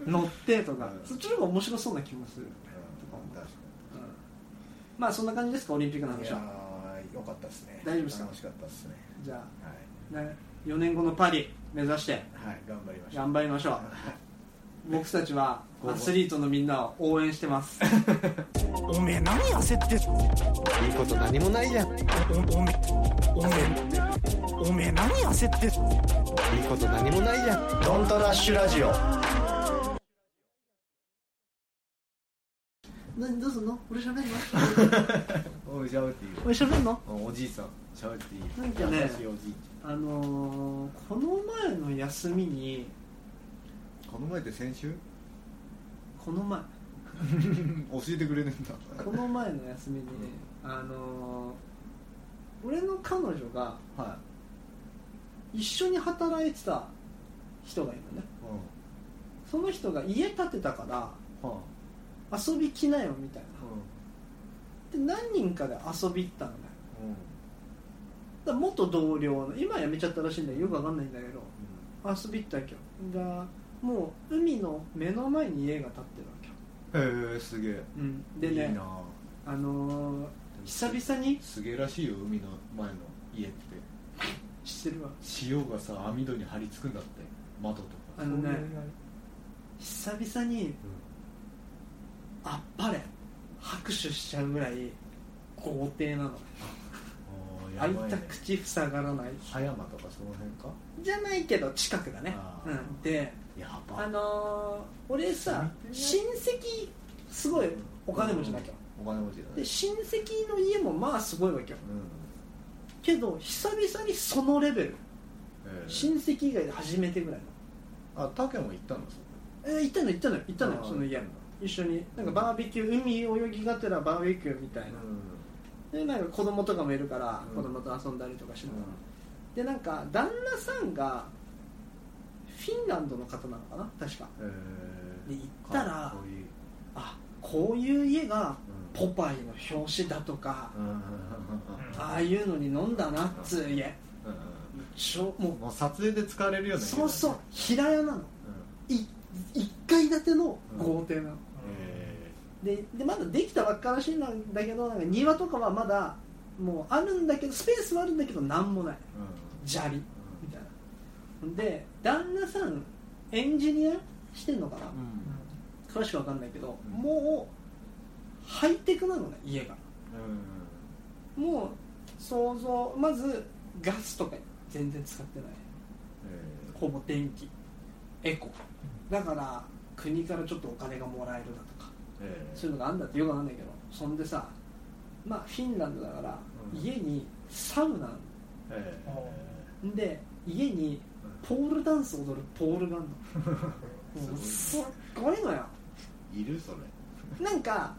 A: 乗ってとか
B: うん
A: そっちの方が面白そうな気もする、
B: うん確か
A: うんまあそんな感じですかオリンピックの
B: にい
A: 話
B: や
A: は
B: ーよかったですね
A: 大丈夫ですか
B: 楽しかったですね
A: じゃ
B: は
A: あ、ね、4年後のパリ目指して
B: い、はい、頑張りました
A: 頑張りましょう僕たちはアスリートのみんなを応援してます
E: おめえ何焦ってんの
D: いいこと何もないじゃんいい
E: おおめおめおめえ何焦ってんの
D: こと何もないじゃん
B: ドントラッシュラジオ
A: 何どうすんの俺喋んの
B: おいしゃべっていいよ
A: 俺喋んの
B: おじいさんしゃべっていい
A: なんかね
B: 優しいおじいち
A: あのー、この前の休みに
B: ゃ んこの前って先週
A: この前
B: 教えてくれねえんだ
A: この前の休みに、あのー、俺の彼女が
B: は
A: 一緒に働いてた人がいるのね
B: い、う
A: その人が家建てたから
B: んは
A: 遊び来なよみたい
B: あ
A: なで何人かで遊び行ったのね
B: うんうん
A: だから元同僚の今辞めちゃったらしいんだよよくわかんないんだけど遊び行ったわけよがもう海の目の前に家が建ってるわけよ、
B: へえすげえ
A: でね
B: いいな
A: あのー、久々に
B: すげえらしいよ海の前の家って
A: してるわ
B: 塩がさ網戸に張り付くんだって窓とか
A: あのね久々にあっぱれ拍手しちゃうぐらい豪邸なの、
B: うんあ
A: 開
B: ー
A: い
B: やばい
A: た
B: ね
A: 口塞がらない
B: 葉山とかその辺か
A: じゃないけど近くだね
B: あ、ー
A: うん、で
B: やば
A: あのー、俺さ親戚すごいお金持ちだけど
B: お金持ちだ
A: で
B: ね
A: 親戚の家もまあすごいわけよ
B: うん
A: けど久々にそのレベル
B: えー
A: 親戚以外で初めてぐらいの
B: あ竹も行ったのそ
A: えー行ったの行ったの行ったの
B: あ
A: よ
B: ー
A: その家一緒になんかバーベキュー海泳ぎがてらバーベキューみたいな、
B: う
A: でなんか子供とかもいるから、
B: うん
A: 子供と遊んだりとかしながら、でなんか旦那さんがフィンランドの方なのかな確か
B: ん
A: で
B: えー
A: 行ったら
B: かっこいい
A: あこういう家が
B: う
A: ポ
B: ん
A: パイの表紙だとか、
B: うんうん
A: ああいうのに飲んだなっつう家
B: うん
A: ちょも
B: うんもう撮影で使われるよ
A: う
B: うな家だね
A: そうそう平屋なの
B: うん
A: い一階建ての豪邸なの、
B: え
A: ででまだできたばっかりらしいんだけどなんか庭とかはまだもうあるんだけどスペースはあるんだけどなんもない
B: ーうん
A: 砂利みたいなで旦那さんエンジニアしてんのかな、
B: うん
A: 詳しくわかんないけど、
B: うん
A: もうハイテクなのね家が
B: う
A: もう想像まずガスとか全然使ってない
B: ん
A: ほぼ電気エコだから国からちょっとお金がもらえるだとか
B: え
A: そういうのがあんだってよくわかんないけどそんでさまあフィンランドだから
B: うん
A: 家にサウナあ
B: え
A: んで家にポールダンス踊るポール があんのもうすっごいのよ
B: いるそれ
A: なんか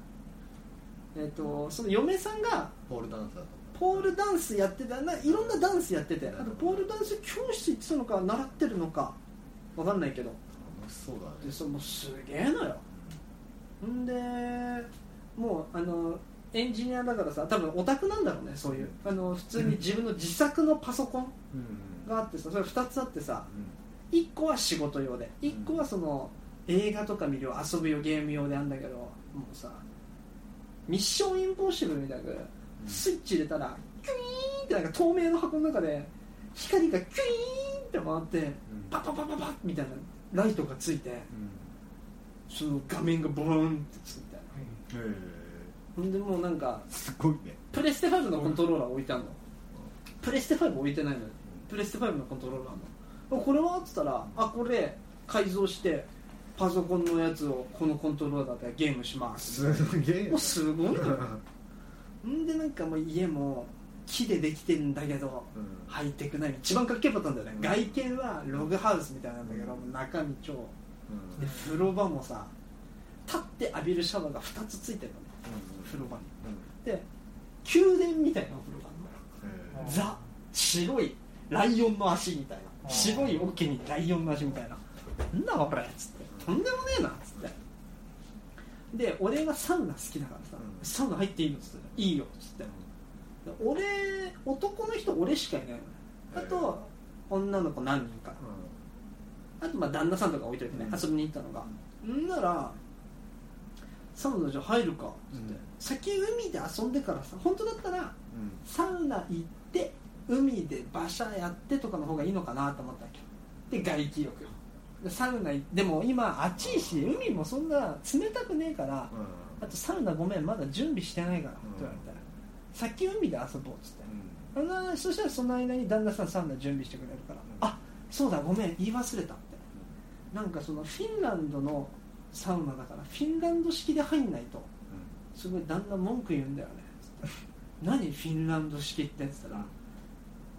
A: えっ、とその嫁さんが
B: ポールダンサーとか
A: ポールダンスやってたないろんなダンスやっててあとポールダンス教室行ってたのか習ってるのかわかんないけど
B: 楽しそうだね
A: でそもうすげえのよんでもうあのエンジニアだからさ多分オタクなんだろうねそういうあの普通に自分の自作のパソコン
B: うん
A: があってさそれ2つあってさ
B: う
A: 1個は仕事用で1個はその映画とか見るよ遊ぶよゲーム用であんだけどもうさミッションインポッシブルみたいなスイッチ入れたらキュイーンってなんか透明の箱の中で光がキュイーンって回って
B: ん
A: パパパパパッみたいなライトがついてその画面がボーンってついて
B: うんへ
A: ほんでもうなんか
B: えすごいね
A: プレステ5のコントローラー置いてあんのプレステ5置いてないのよプレステ5のコントローラーあんのあこれはっつったらあこれ改造してパソコンのやつをこのコントローラーでゲームします
B: すげえ
A: もうすごいのよんでなんかもう家も木でできてるんだけど
B: うん
A: ハイテクな一番かっけえパターンだよね外見はログハウスみたいなんだけど中身超
B: うん
A: で風呂場もさ立って浴びるシャワーが2つついてるのね風呂場にで宮殿みたいなお風呂があ
B: うん
A: るのザ白いライオンの足みたい
C: あ
A: な
C: ー
A: 白い桶にライオンの足みたいななんだこれっつってとんでもねえなっつってで俺がサウナ好きだからさ、
B: うん
A: サウナ入っていいのっつっていいよっつってで俺男の人俺しかいないのねあと女の子何人かあとまあ旦那さんとか置いといてね、
B: うん
A: 遊びに行ったのが、んならサウナじゃあ入るかっつって、
B: うん
A: 先海で遊んでからさ本当だったら
B: うん
A: サウナ行って海で馬車やってとかの方がいいのかなと思ったわけで外気浴よでサウナ行でも今暑いし海もそんな冷たくねえから、
B: うん
A: あとサウナごめんまだ準備してないから、
B: うん
A: って言われたら先海で遊ぼうっつって、
B: うん
A: あのそしたらその間に旦那さんサウナ準備してくれるから、
B: うん
A: あそうだごめん言い忘れたってなんかそのフィンランドのサウナだからフィンランド式で入んないとすごい旦那文句言うんだよねつって何フィンランド式ってっつったら、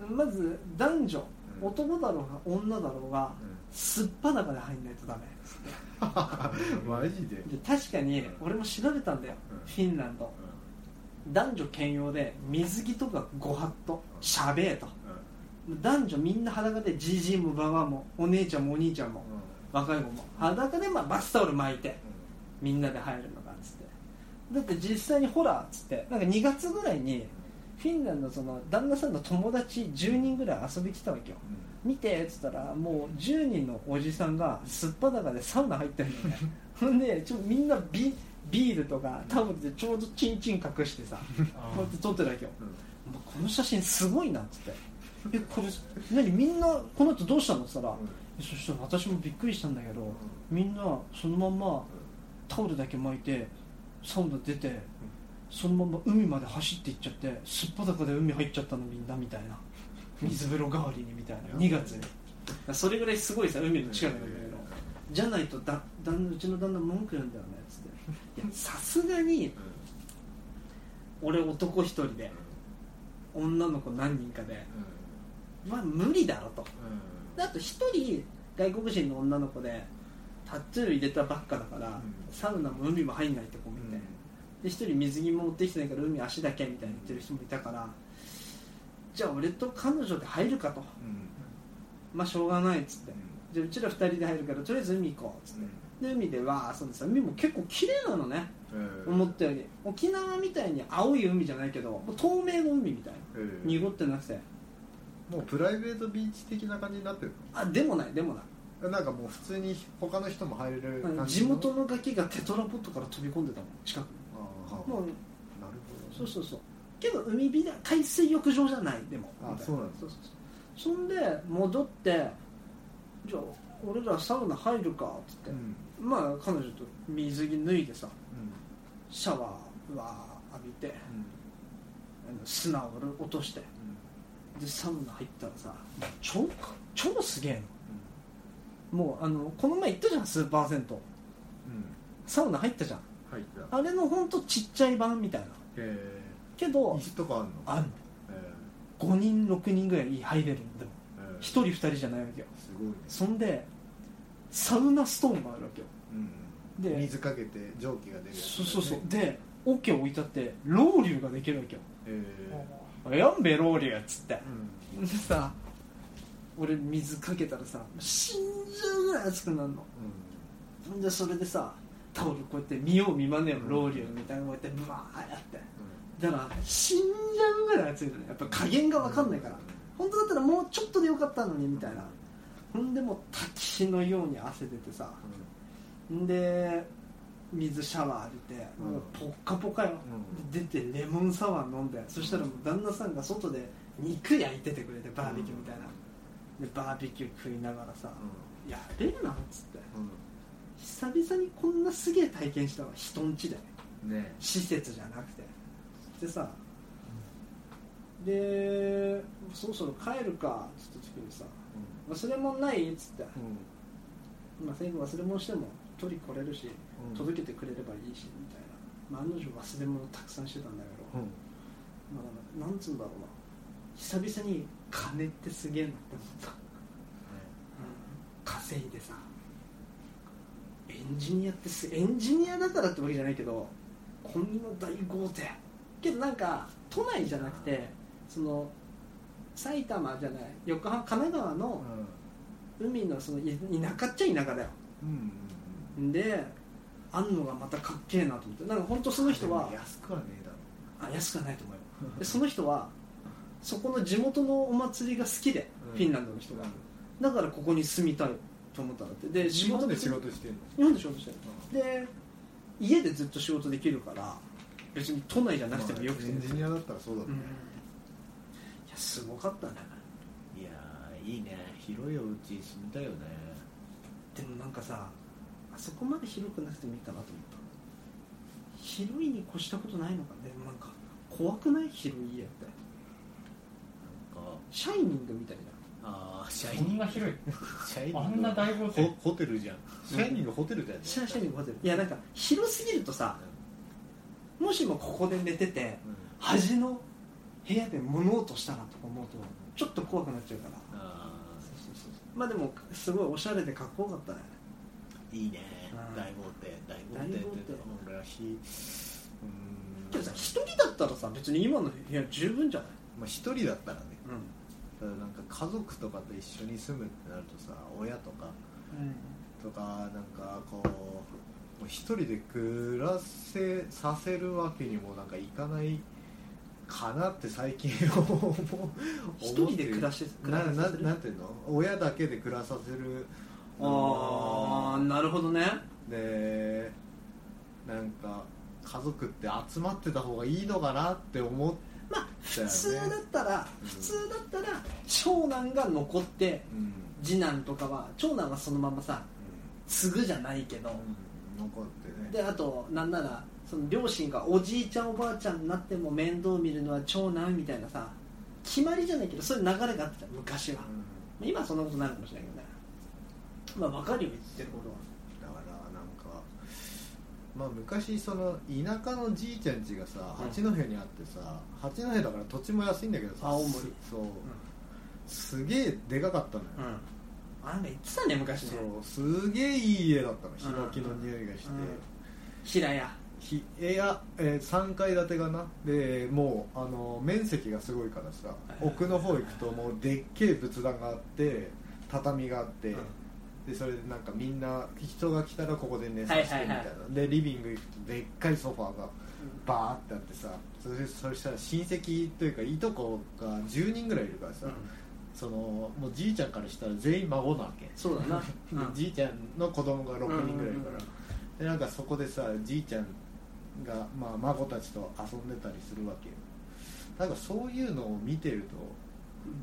A: まず男女
B: うん
A: 男だろうが女だろうが、すっぱだかで入んないとダメつって
B: うんマジで
A: で確かに
B: うん
A: 俺も調べたんだよ、
B: うん
A: フィンランド男女兼用で水着とかご法度しゃべえと
B: うん
A: 男女みんな裸でじいじいもばばあもお姉ちゃんもお兄ちゃんも
B: うん
A: 若い子も裸でまあバスタオル巻いてみんなで入るのがっつってだって実際にほらっつってなんか2月ぐらいにフィンランドのその旦那さんの友達10人ぐらい遊びに来たわけよ見てっつったらもう10人のおじさんがすっぱだかでサウナ入ってるのねほんでちょみんなビビールとかタオルでちょうどチンチン隠してさこうやって撮ってるわけよ
B: う
A: まあこの写真すごいなっつって「えこれ何みんなこの後どうしたの?」っつったら、
B: ん
A: えそしたら私もびっくりしたんだけど、
B: ん
A: みんなそのまんまタオルだけ巻いてサウナ出て、そのまま海まで走って行っちゃってすっぱだかで海入っちゃったのみんなみたい な水風呂代わりにみたいな2月にそれぐらいすごいさ海の近くなんだけど、じゃないとだ旦うちの旦那文句言うんだよねっつっていやさすがに俺男一人で女の子何人かでまあ無理だろとであと一人外国人の女の子でタトゥー入れたばっかだから、
B: ん
A: サウナも海も入んないって子もいて、で一人水着も持ってきてないから海足だけみたいに言ってる人もいたからじゃあ俺と彼女で入るかとまあしょうがないっつってじゃあうちら二人で入るからとりあえず海行こうっつって、で海でわあそうです海も結構綺麗なのね、思ったより沖縄みたいに青い海じゃないけどもう透明の海みたいな濁ってなくて
B: もうプライベートビーチ的な感じになってる
A: あでもないでもない
B: のなんかもう普通に他の人も入れる感じ
A: 地元のガキがテトラポットから飛び込んでたもん近く
B: ああ
A: もう
B: なるほ
A: そう
B: ど
A: そうそうけど海辺だ海水浴場じゃないでも
B: あ
A: みたい
B: そうなんだ
A: そうそうそうそんで戻ってじゃあ俺らサウナ入るかっつって、
B: うん
A: まあ彼女と水着脱いでさ
B: うん
A: シャワーは浴びてあの砂を落としてでサウナ入ったらさ超超すげえのもうあのこの前行ったじゃんスーパー銭湯
B: うんうん
A: サウナ入ったじゃん
B: 入った
A: あれのほんとちっちゃい版みたいな
B: え
A: け
B: え
A: ど
B: 椅子とかあんの
A: あんの
B: え
A: 5人6人ぐらい入れるんでも
B: え
A: 一人二人じゃないわけよ
B: すごいね
A: そんでサウナストーンがあるわけよ
B: うん
A: で
B: 水かけて蒸気が出るやつだ
A: そう
B: よね
A: そうそうで桶置いたってロウリュができるわけよ
B: え
A: 「
B: ー
A: やんべロウリュ」っつって
B: うん
A: でさ俺水かけたらさ死んじゃうぐらい熱くなるのほんでそれでさタオルこうやって見よう見まねよロウリュみたいなのこうやってブワーやってだから死んじゃうぐらい熱いのねやっぱ加減が分かんないから本当だったらもうちょっとでよかったのにみたいなほんでもう滝のように汗出てさんで水シャワー浴びて、
B: うん
A: もうポッカポカよ、
B: うん
A: で出てレモンサワー飲んでそしたらもう旦那さんが外で肉焼いててくれてバーベキューみたいな、でバーベキュー食いながらさ、やべえなっつって
B: うん
A: 久々にこんなすげえ体験したわ人んちで
B: うんね
A: 施設じゃなくてでさでそろそろ帰るかっつった時にさ忘れ物ないっつって、
B: うんうん
A: まあ、最後忘れ物しても取り来れるし、
B: うん
A: 届けてくれればいいしみたいな、まあ、案の定忘れ物たくさんしてたんだけど、
B: うん
A: まあ、なんつうんだろうな久々に金ってすげえなって思った、稼いでさエンジニアってすエンジニアだからってわけじゃないけどこんな大豪邸けどなんか都内じゃなくてその埼玉じゃない横浜神奈川の海のそのい田舎っちゃ田舎だよ
B: うんうん
A: であんのがまたかっけえなと思ってなんか本当その人は
B: でも安くはねえだろ
A: あ安くはないと思うよでその人はそこの地元のお祭りが好きで、
B: うん
A: フィンランドの人がだからここに住みたいと思ったんだってで仕
B: 日
A: 事
B: 本で
A: も
B: 仕事してんの
A: 日本で仕事してるで家でずっと仕事できるから別に都内じゃなくてもよくて、
B: エンジニアだったらそうだ
A: う
B: ろ
A: ん
B: う
A: い
B: ね
A: やすごかったね
B: いやーいいね広いお家住みたいよね
A: でもなんかさあそこまで広くなくてもいいかなと思った広いに越したことないのかねでもなんか怖くない広い家って
B: なんか
A: シャイニングみたいな
B: ああシャイ
C: こん
B: ニー
C: な広い
B: シャイニー
C: あんな大豪
B: ホ
C: 邸
B: ホテルじゃんシャイニーがホテルだよね
A: シャシャイニングホテルいやなんか広すぎるとさもしもここで寝てて
B: うん
A: 端の部屋で物音したらとか思うとちょっと怖くなっちゃうから
B: あ
A: そうそうそうまあでもすごいおしゃれでかっこよかったね
B: ーいいね
A: うん
B: 大豪邸大豪邸って俺はひう
A: けど
B: ーん
A: さ一人だったらさ別に今の部屋十分じゃない
B: まあ一人だったらね
A: う
B: ただなんか家族とかと一緒に住むってなるとさ親とか
A: ん、
B: とかなんかこうもう一人で暮らせさせるわけにもなんかいかないかなって最近思う
A: 一人で暮らして暮
B: な
A: ら
B: な
A: させる
B: なんていうの親だけで暮らさせる
A: ああなるほどね
B: でなんか家族って集まってた方がいいのかなって思っ
A: まあ
B: た
A: 普
B: よね
A: 通だったら、
B: うん
A: 普通だったら長男が残って
B: うん
A: 次男とかは長男はそのままさ継ぐじゃないけど、
B: うん残ってね
A: であとなんならその両親がおじいちゃんおばあちゃんになっても面倒見るのは長男みたいなさ決まりじゃないけどそういう流れがあったじゃん昔は、
B: うん
A: 今はそんなことないかもしれないけどねまあ分かるよ言ってることは
B: だからなんかまあ昔その田舎のじいちゃん家がさ
A: うん
B: 八戸にあってさ八戸だから土地も安いんだけどさ
A: 青森
B: すそう、すげえでかかったのよ、
A: うん、うん、あなんか言ってたね昔ね
B: そうすげえいい家だったのヒノキの匂いがして、
A: うん平屋
B: ひ部屋、え3階建てかなでもうあの面積がすごいからさ
A: はい
B: 奥の方行くともうでっけえ仏壇があって畳があって、
A: うん
B: でそれでなんかみんな人が来たらここで寝させてみたいな、
A: はいはい
B: でリビング行くとでっかいソファーがバーってあってさそれそしたら親戚というかいとこが10人ぐらいいるからさ、
A: うん
B: そのもうじいちゃんからしたら全員孫なわけ
A: そう だな、う
B: で
A: ん
B: じいちゃんの子供が6人ぐらいいるから、
A: うんうん
B: でなんかそこでさじいちゃんが、まあ、孫たちと遊んでたりするわけよなんかそういうのを見てると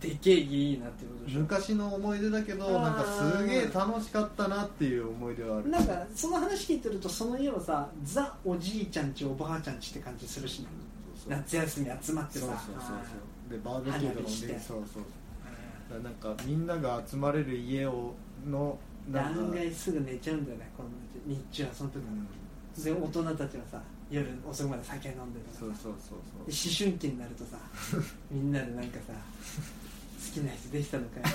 A: でけえ家いいなってことでしょ
B: 昔の思い出だけど
A: あー
B: なんかすげえ楽しかったなっていう思い出はある
A: なんかその話聞いてるとその家はさザおじいちゃんちおばあちゃんちって感じするしね
B: そうそう
A: 夏休み集まって
B: そう
A: さ
B: そうそうそうでバーベキューとか
A: 花
B: も
A: 火して
B: でそうそうだからなんかみんなが集まれる家をの
A: あ
B: なん
A: ー
B: か
A: 案外すぐ寝ちゃうんだよねこの日中はその時
B: うん
A: で大人たちはさ夜遅くまで酒飲んでる
B: そうそうそうそう
A: 思 春期になるとさみんなでなんかさきな人できたのかよ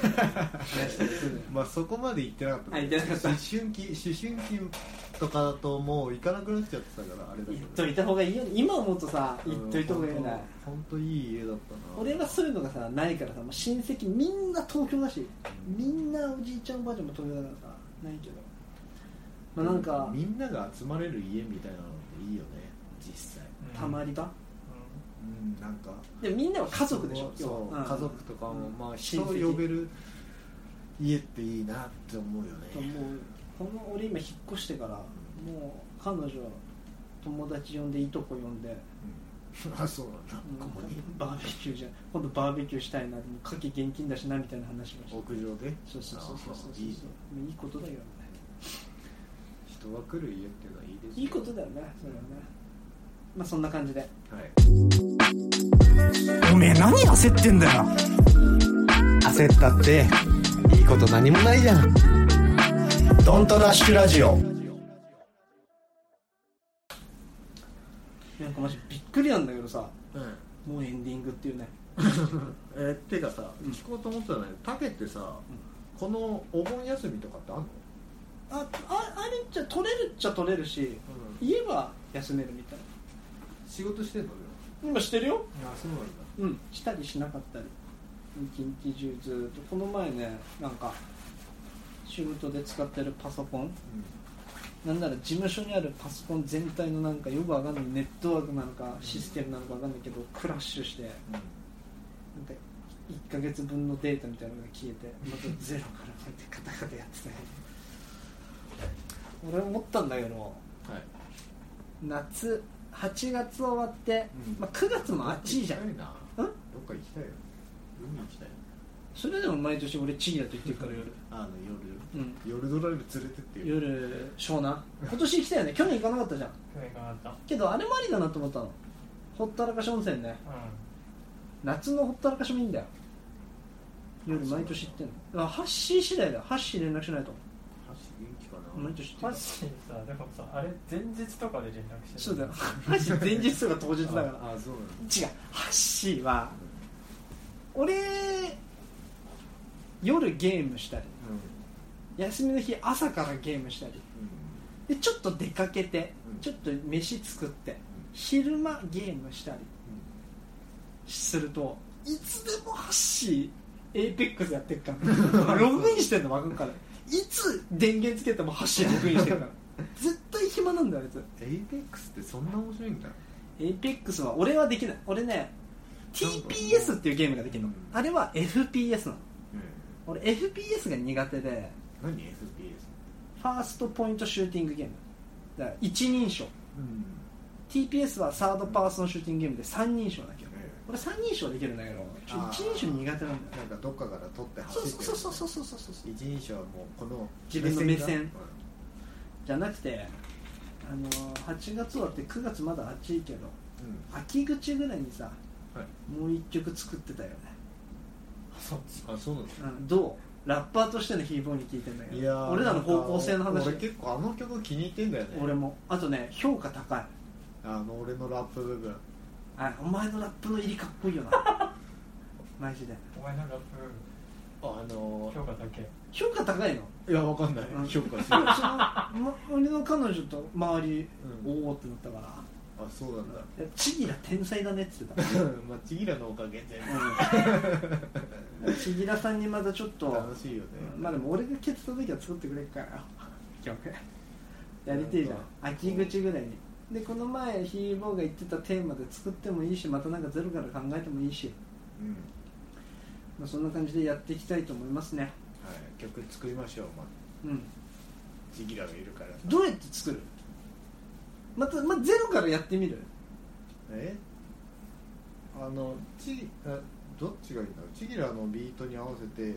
A: 話したりするのよ
B: まあそこまで行ってなかった
A: あ行ってなかった
B: 思春期思春期とかだともう行かなくなっちゃってたからあれだけ
A: 言っ
B: ど
A: といた方がいいよね今思うとさ言っといた方がいいよな
B: 本当いい家だったな
A: 俺はそういうのがさないからさもう親戚みんな東京だしみんなおじいちゃんおばあちゃんも東京だからさないけどまあなんか
B: みんなが集まれる家みたいなのっていいよね実際
A: たまり場
B: うんなんか
A: でみんなは家族でしょ
B: そう
A: 要は
B: そう家族とかも、
A: うん
B: まあ
A: 親
B: 人を
A: 戚
B: 呼べる家っていいなって思うよ
A: も
B: ね
A: うこの俺今引っ越してからもう彼女友達呼んでいとこ呼んで
B: うん あそうなんだここに
A: バーベキューじゃん今度バーベキューしたいなでも牡蠣現金だしなみたいな話をして
B: 屋上で
A: そうそうそうそうそう
B: あ
A: そう
B: ーいい
A: いいことだよね
B: 人が来る家っていうのはいいですね
A: いいことだよねそれはねまあそんな感じで
B: はい
E: おめえ何焦ってんだよ
D: 焦ったっていいこと何もないじゃんドントラッシュラジオ
A: なんかマジびっくりなんだけどさ
B: うん
A: もうエンディングっていうね
B: えてかさ
A: うん
B: 聞こうと思ってたんだけどタケってさこのお盆休みとかってあんの
A: あああれじゃ取れるっちゃ取れるし家は休めるみたいな
B: 仕事してんのよ
A: 今してるよ
B: あそうなんだ
A: うんしたりしなかったり一日中ずっとこの前ねなんか仕事で使ってるパソコンなんなら事務所にあるパソコン全体のなんかよくわかんないネットワークなのかシステムなのかわかんないけどクラッシュしてなんか1ヶ月分のデータみたいなのが消えてまたゼロからこうやってカタカタやってたよ俺思ったんだけど
B: はい
A: 夏8月終わって、
B: うん
A: まあ、9月も暑いじゃん
B: どっか行きたい
A: う
B: など
A: ん
B: っか行きたいよ海行きたいよ
A: それでも毎年俺チリだと言ってるから夜
B: あの
A: うん
B: 夜夜ドライブ連れてってよ
A: 夜湘南今年行きたいよね去年行かなかったじゃん
C: 今日行かなかっ
A: けどあれもありだなと思ったのほったらかし温泉ね
C: たうん
A: 夏のほったらかしもいいんだよ夜毎年行ってんのあハッシー次第だハッシー連絡しないと
B: 橋元気かな
A: 毎年行
C: マ
A: ってる
C: ジでさでもさあれ前日とかで連絡してた
A: そうだよハッシー前日とか当日だから違う
B: ああそうなんだ
A: ハッシーは俺夜ゲームしたり休みの日朝からゲームしたり
B: う
A: でちょっと出かけて、
B: うん
A: ちょっと飯作って、昼間ゲームしたりするといつでもハッシーエイペックスやってるから ログインしてんの分かるからいつ電源つけてもハッシーログインしてる から絶対暇なんだよあいつ
B: んうんエイペックスってそんな面白いんだ
A: エイペックスは俺はできない俺ね TPS っていうゲームができるの、
B: うん
A: あれは FPS なの俺 FPS が苦手で
B: 何 FPS
A: ファーストポイントシューティングゲームだから一人称
B: うん
A: TPS はサードパーソンシューティングゲームで三人称だけど
B: え
A: 俺三人称できるんだけどちょ
B: あー
A: 一人称苦手なんだよ
B: えなんかどっかから撮って走
A: そ
B: っ
A: う
B: て
A: そうそうそうそううそうそう
B: 一人称はもうこの
A: 自分の目線
B: が
A: じゃなくてあのー8月終わって9月まだ暑いけど
B: うんうん
A: 秋口ぐらいにさ
B: はい
A: もう一曲作ってたよね、
B: あそうなんだ
A: うん、どうラッパーとしてのヒーボーに聞いてんだけ
B: いやー
A: ど俺らの方向性の
B: なん
A: 話
B: か俺結構あの曲気に入ってんだよね
A: 俺もあとね評価高い
B: あの俺のラップ部分
A: あお前のラップの入りかっこいいよ なマジで
C: お前のラップ
B: あの
C: 評価だけ
A: 評価高いの
B: いやわかんない
A: うん
B: 評価し
A: そ
B: ない
A: のそのま俺の彼女と周り、
B: うん
A: おおってなったから
B: あそうなんだ
A: いやチギラ天才だねって言ってた
B: まあちぎらのおかげで
A: うんチギラさんにまたちょっと
B: 楽しいよね
A: まあでも俺がケツた時は作ってくれるから 曲やりてえじゃん秋口ぐらいにでこの前ひーぼーが言ってたテーマで作ってもいいしまたなんかゼロから考えてもいいし、
B: うん
A: まあ、そんな感じでやっていきたいと思いますね
B: はい曲作りましょうまあ
A: うん
B: ちぎらがいるからさ
A: どうやって作るまた、まあ、ゼロからやってみる
B: えあのちあどっちがいいんだろうちぎらのビートに合わせて言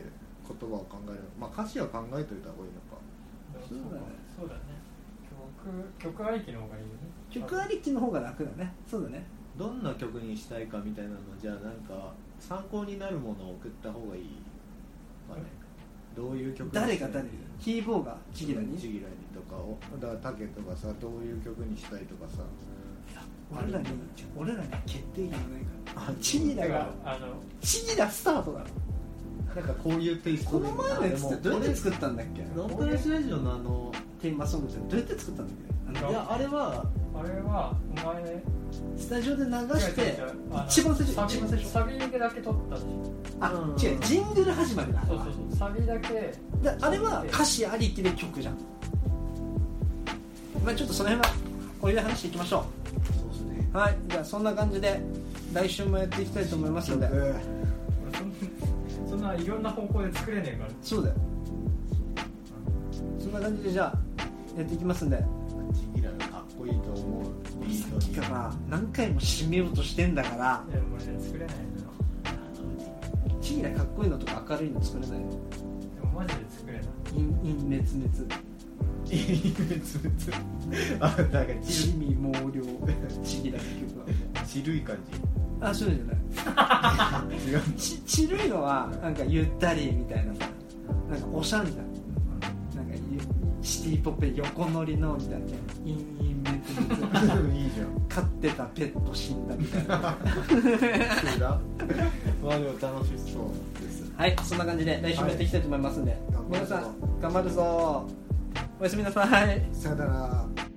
B: 葉を考えるまあ歌詞は考えといた方がいいのか
A: そうだね
C: そうだね曲曲ありきの方がいいよね
A: 曲ありきの方が楽だねそうだね
B: どんな曲にしたいかみたいなのじゃあなんか参考になるものを送った方がいいかねどういう曲にしたい
A: 誰が誰ひーぼーがチギラに
B: ちぎらにとかをだからタケとかさどういう曲にしたいとかさ
A: 俺らに俺らに決定権はないから
B: あ
A: チギラ
C: だから
A: が
C: あの
A: チギラスタートだろ
B: なんかこういうテイスト
A: こ
B: で
A: の前のやつってどうやって作ったんだっけ
B: ノントレスラジオのあの
A: テーマソングってどうやって作ったんだっけあの
B: いやあれは
C: あれはお前ね
A: スタジオで流して
C: 違う違うあの
A: 一番最初
C: サビ
A: 一番最初
C: サビだけだけ撮ったんですよ
A: あ違うジングル始まりだ
C: そうそうそうサビだけ
A: であれは歌詞ありきで曲じゃんまあちょっとその辺はこれで話していきましょ
B: そうですね
A: うはいじゃあそんな感じで来週もやっていきたいと思いますので
C: 俺そんなそんないろんな方向で作れねえから
A: そうだよそんな感じでじゃあやっていきますんで
B: チキラがかっこいいと思うビートに
A: だから何回も締めようとしてんだから
C: いやもうね作れないのよ
A: チギラかっこいいのとか明るいの作れないよ
C: でもマジで作れない
A: 陰陰滅滅
B: いい別々あなんか
A: 地
B: ち
A: 味猛量チギラの曲は
B: ちるい感
A: あそうじゃない
B: じ違う
A: ちちるいのはなんかゆったりみたいなさなんかおしゃれだなんかゆシティポップで横乗りのみたいな陰陰滅 滅
B: いいじゃん
A: 飼ってたペット死んだみたいな
B: そうだまあでも楽しそうです
A: はいそんな感じで来週もやっていきたいと思いますんで、
B: 頑張
A: 皆
B: るぞ
A: さん頑張るぞおやすみなさい
B: さよなら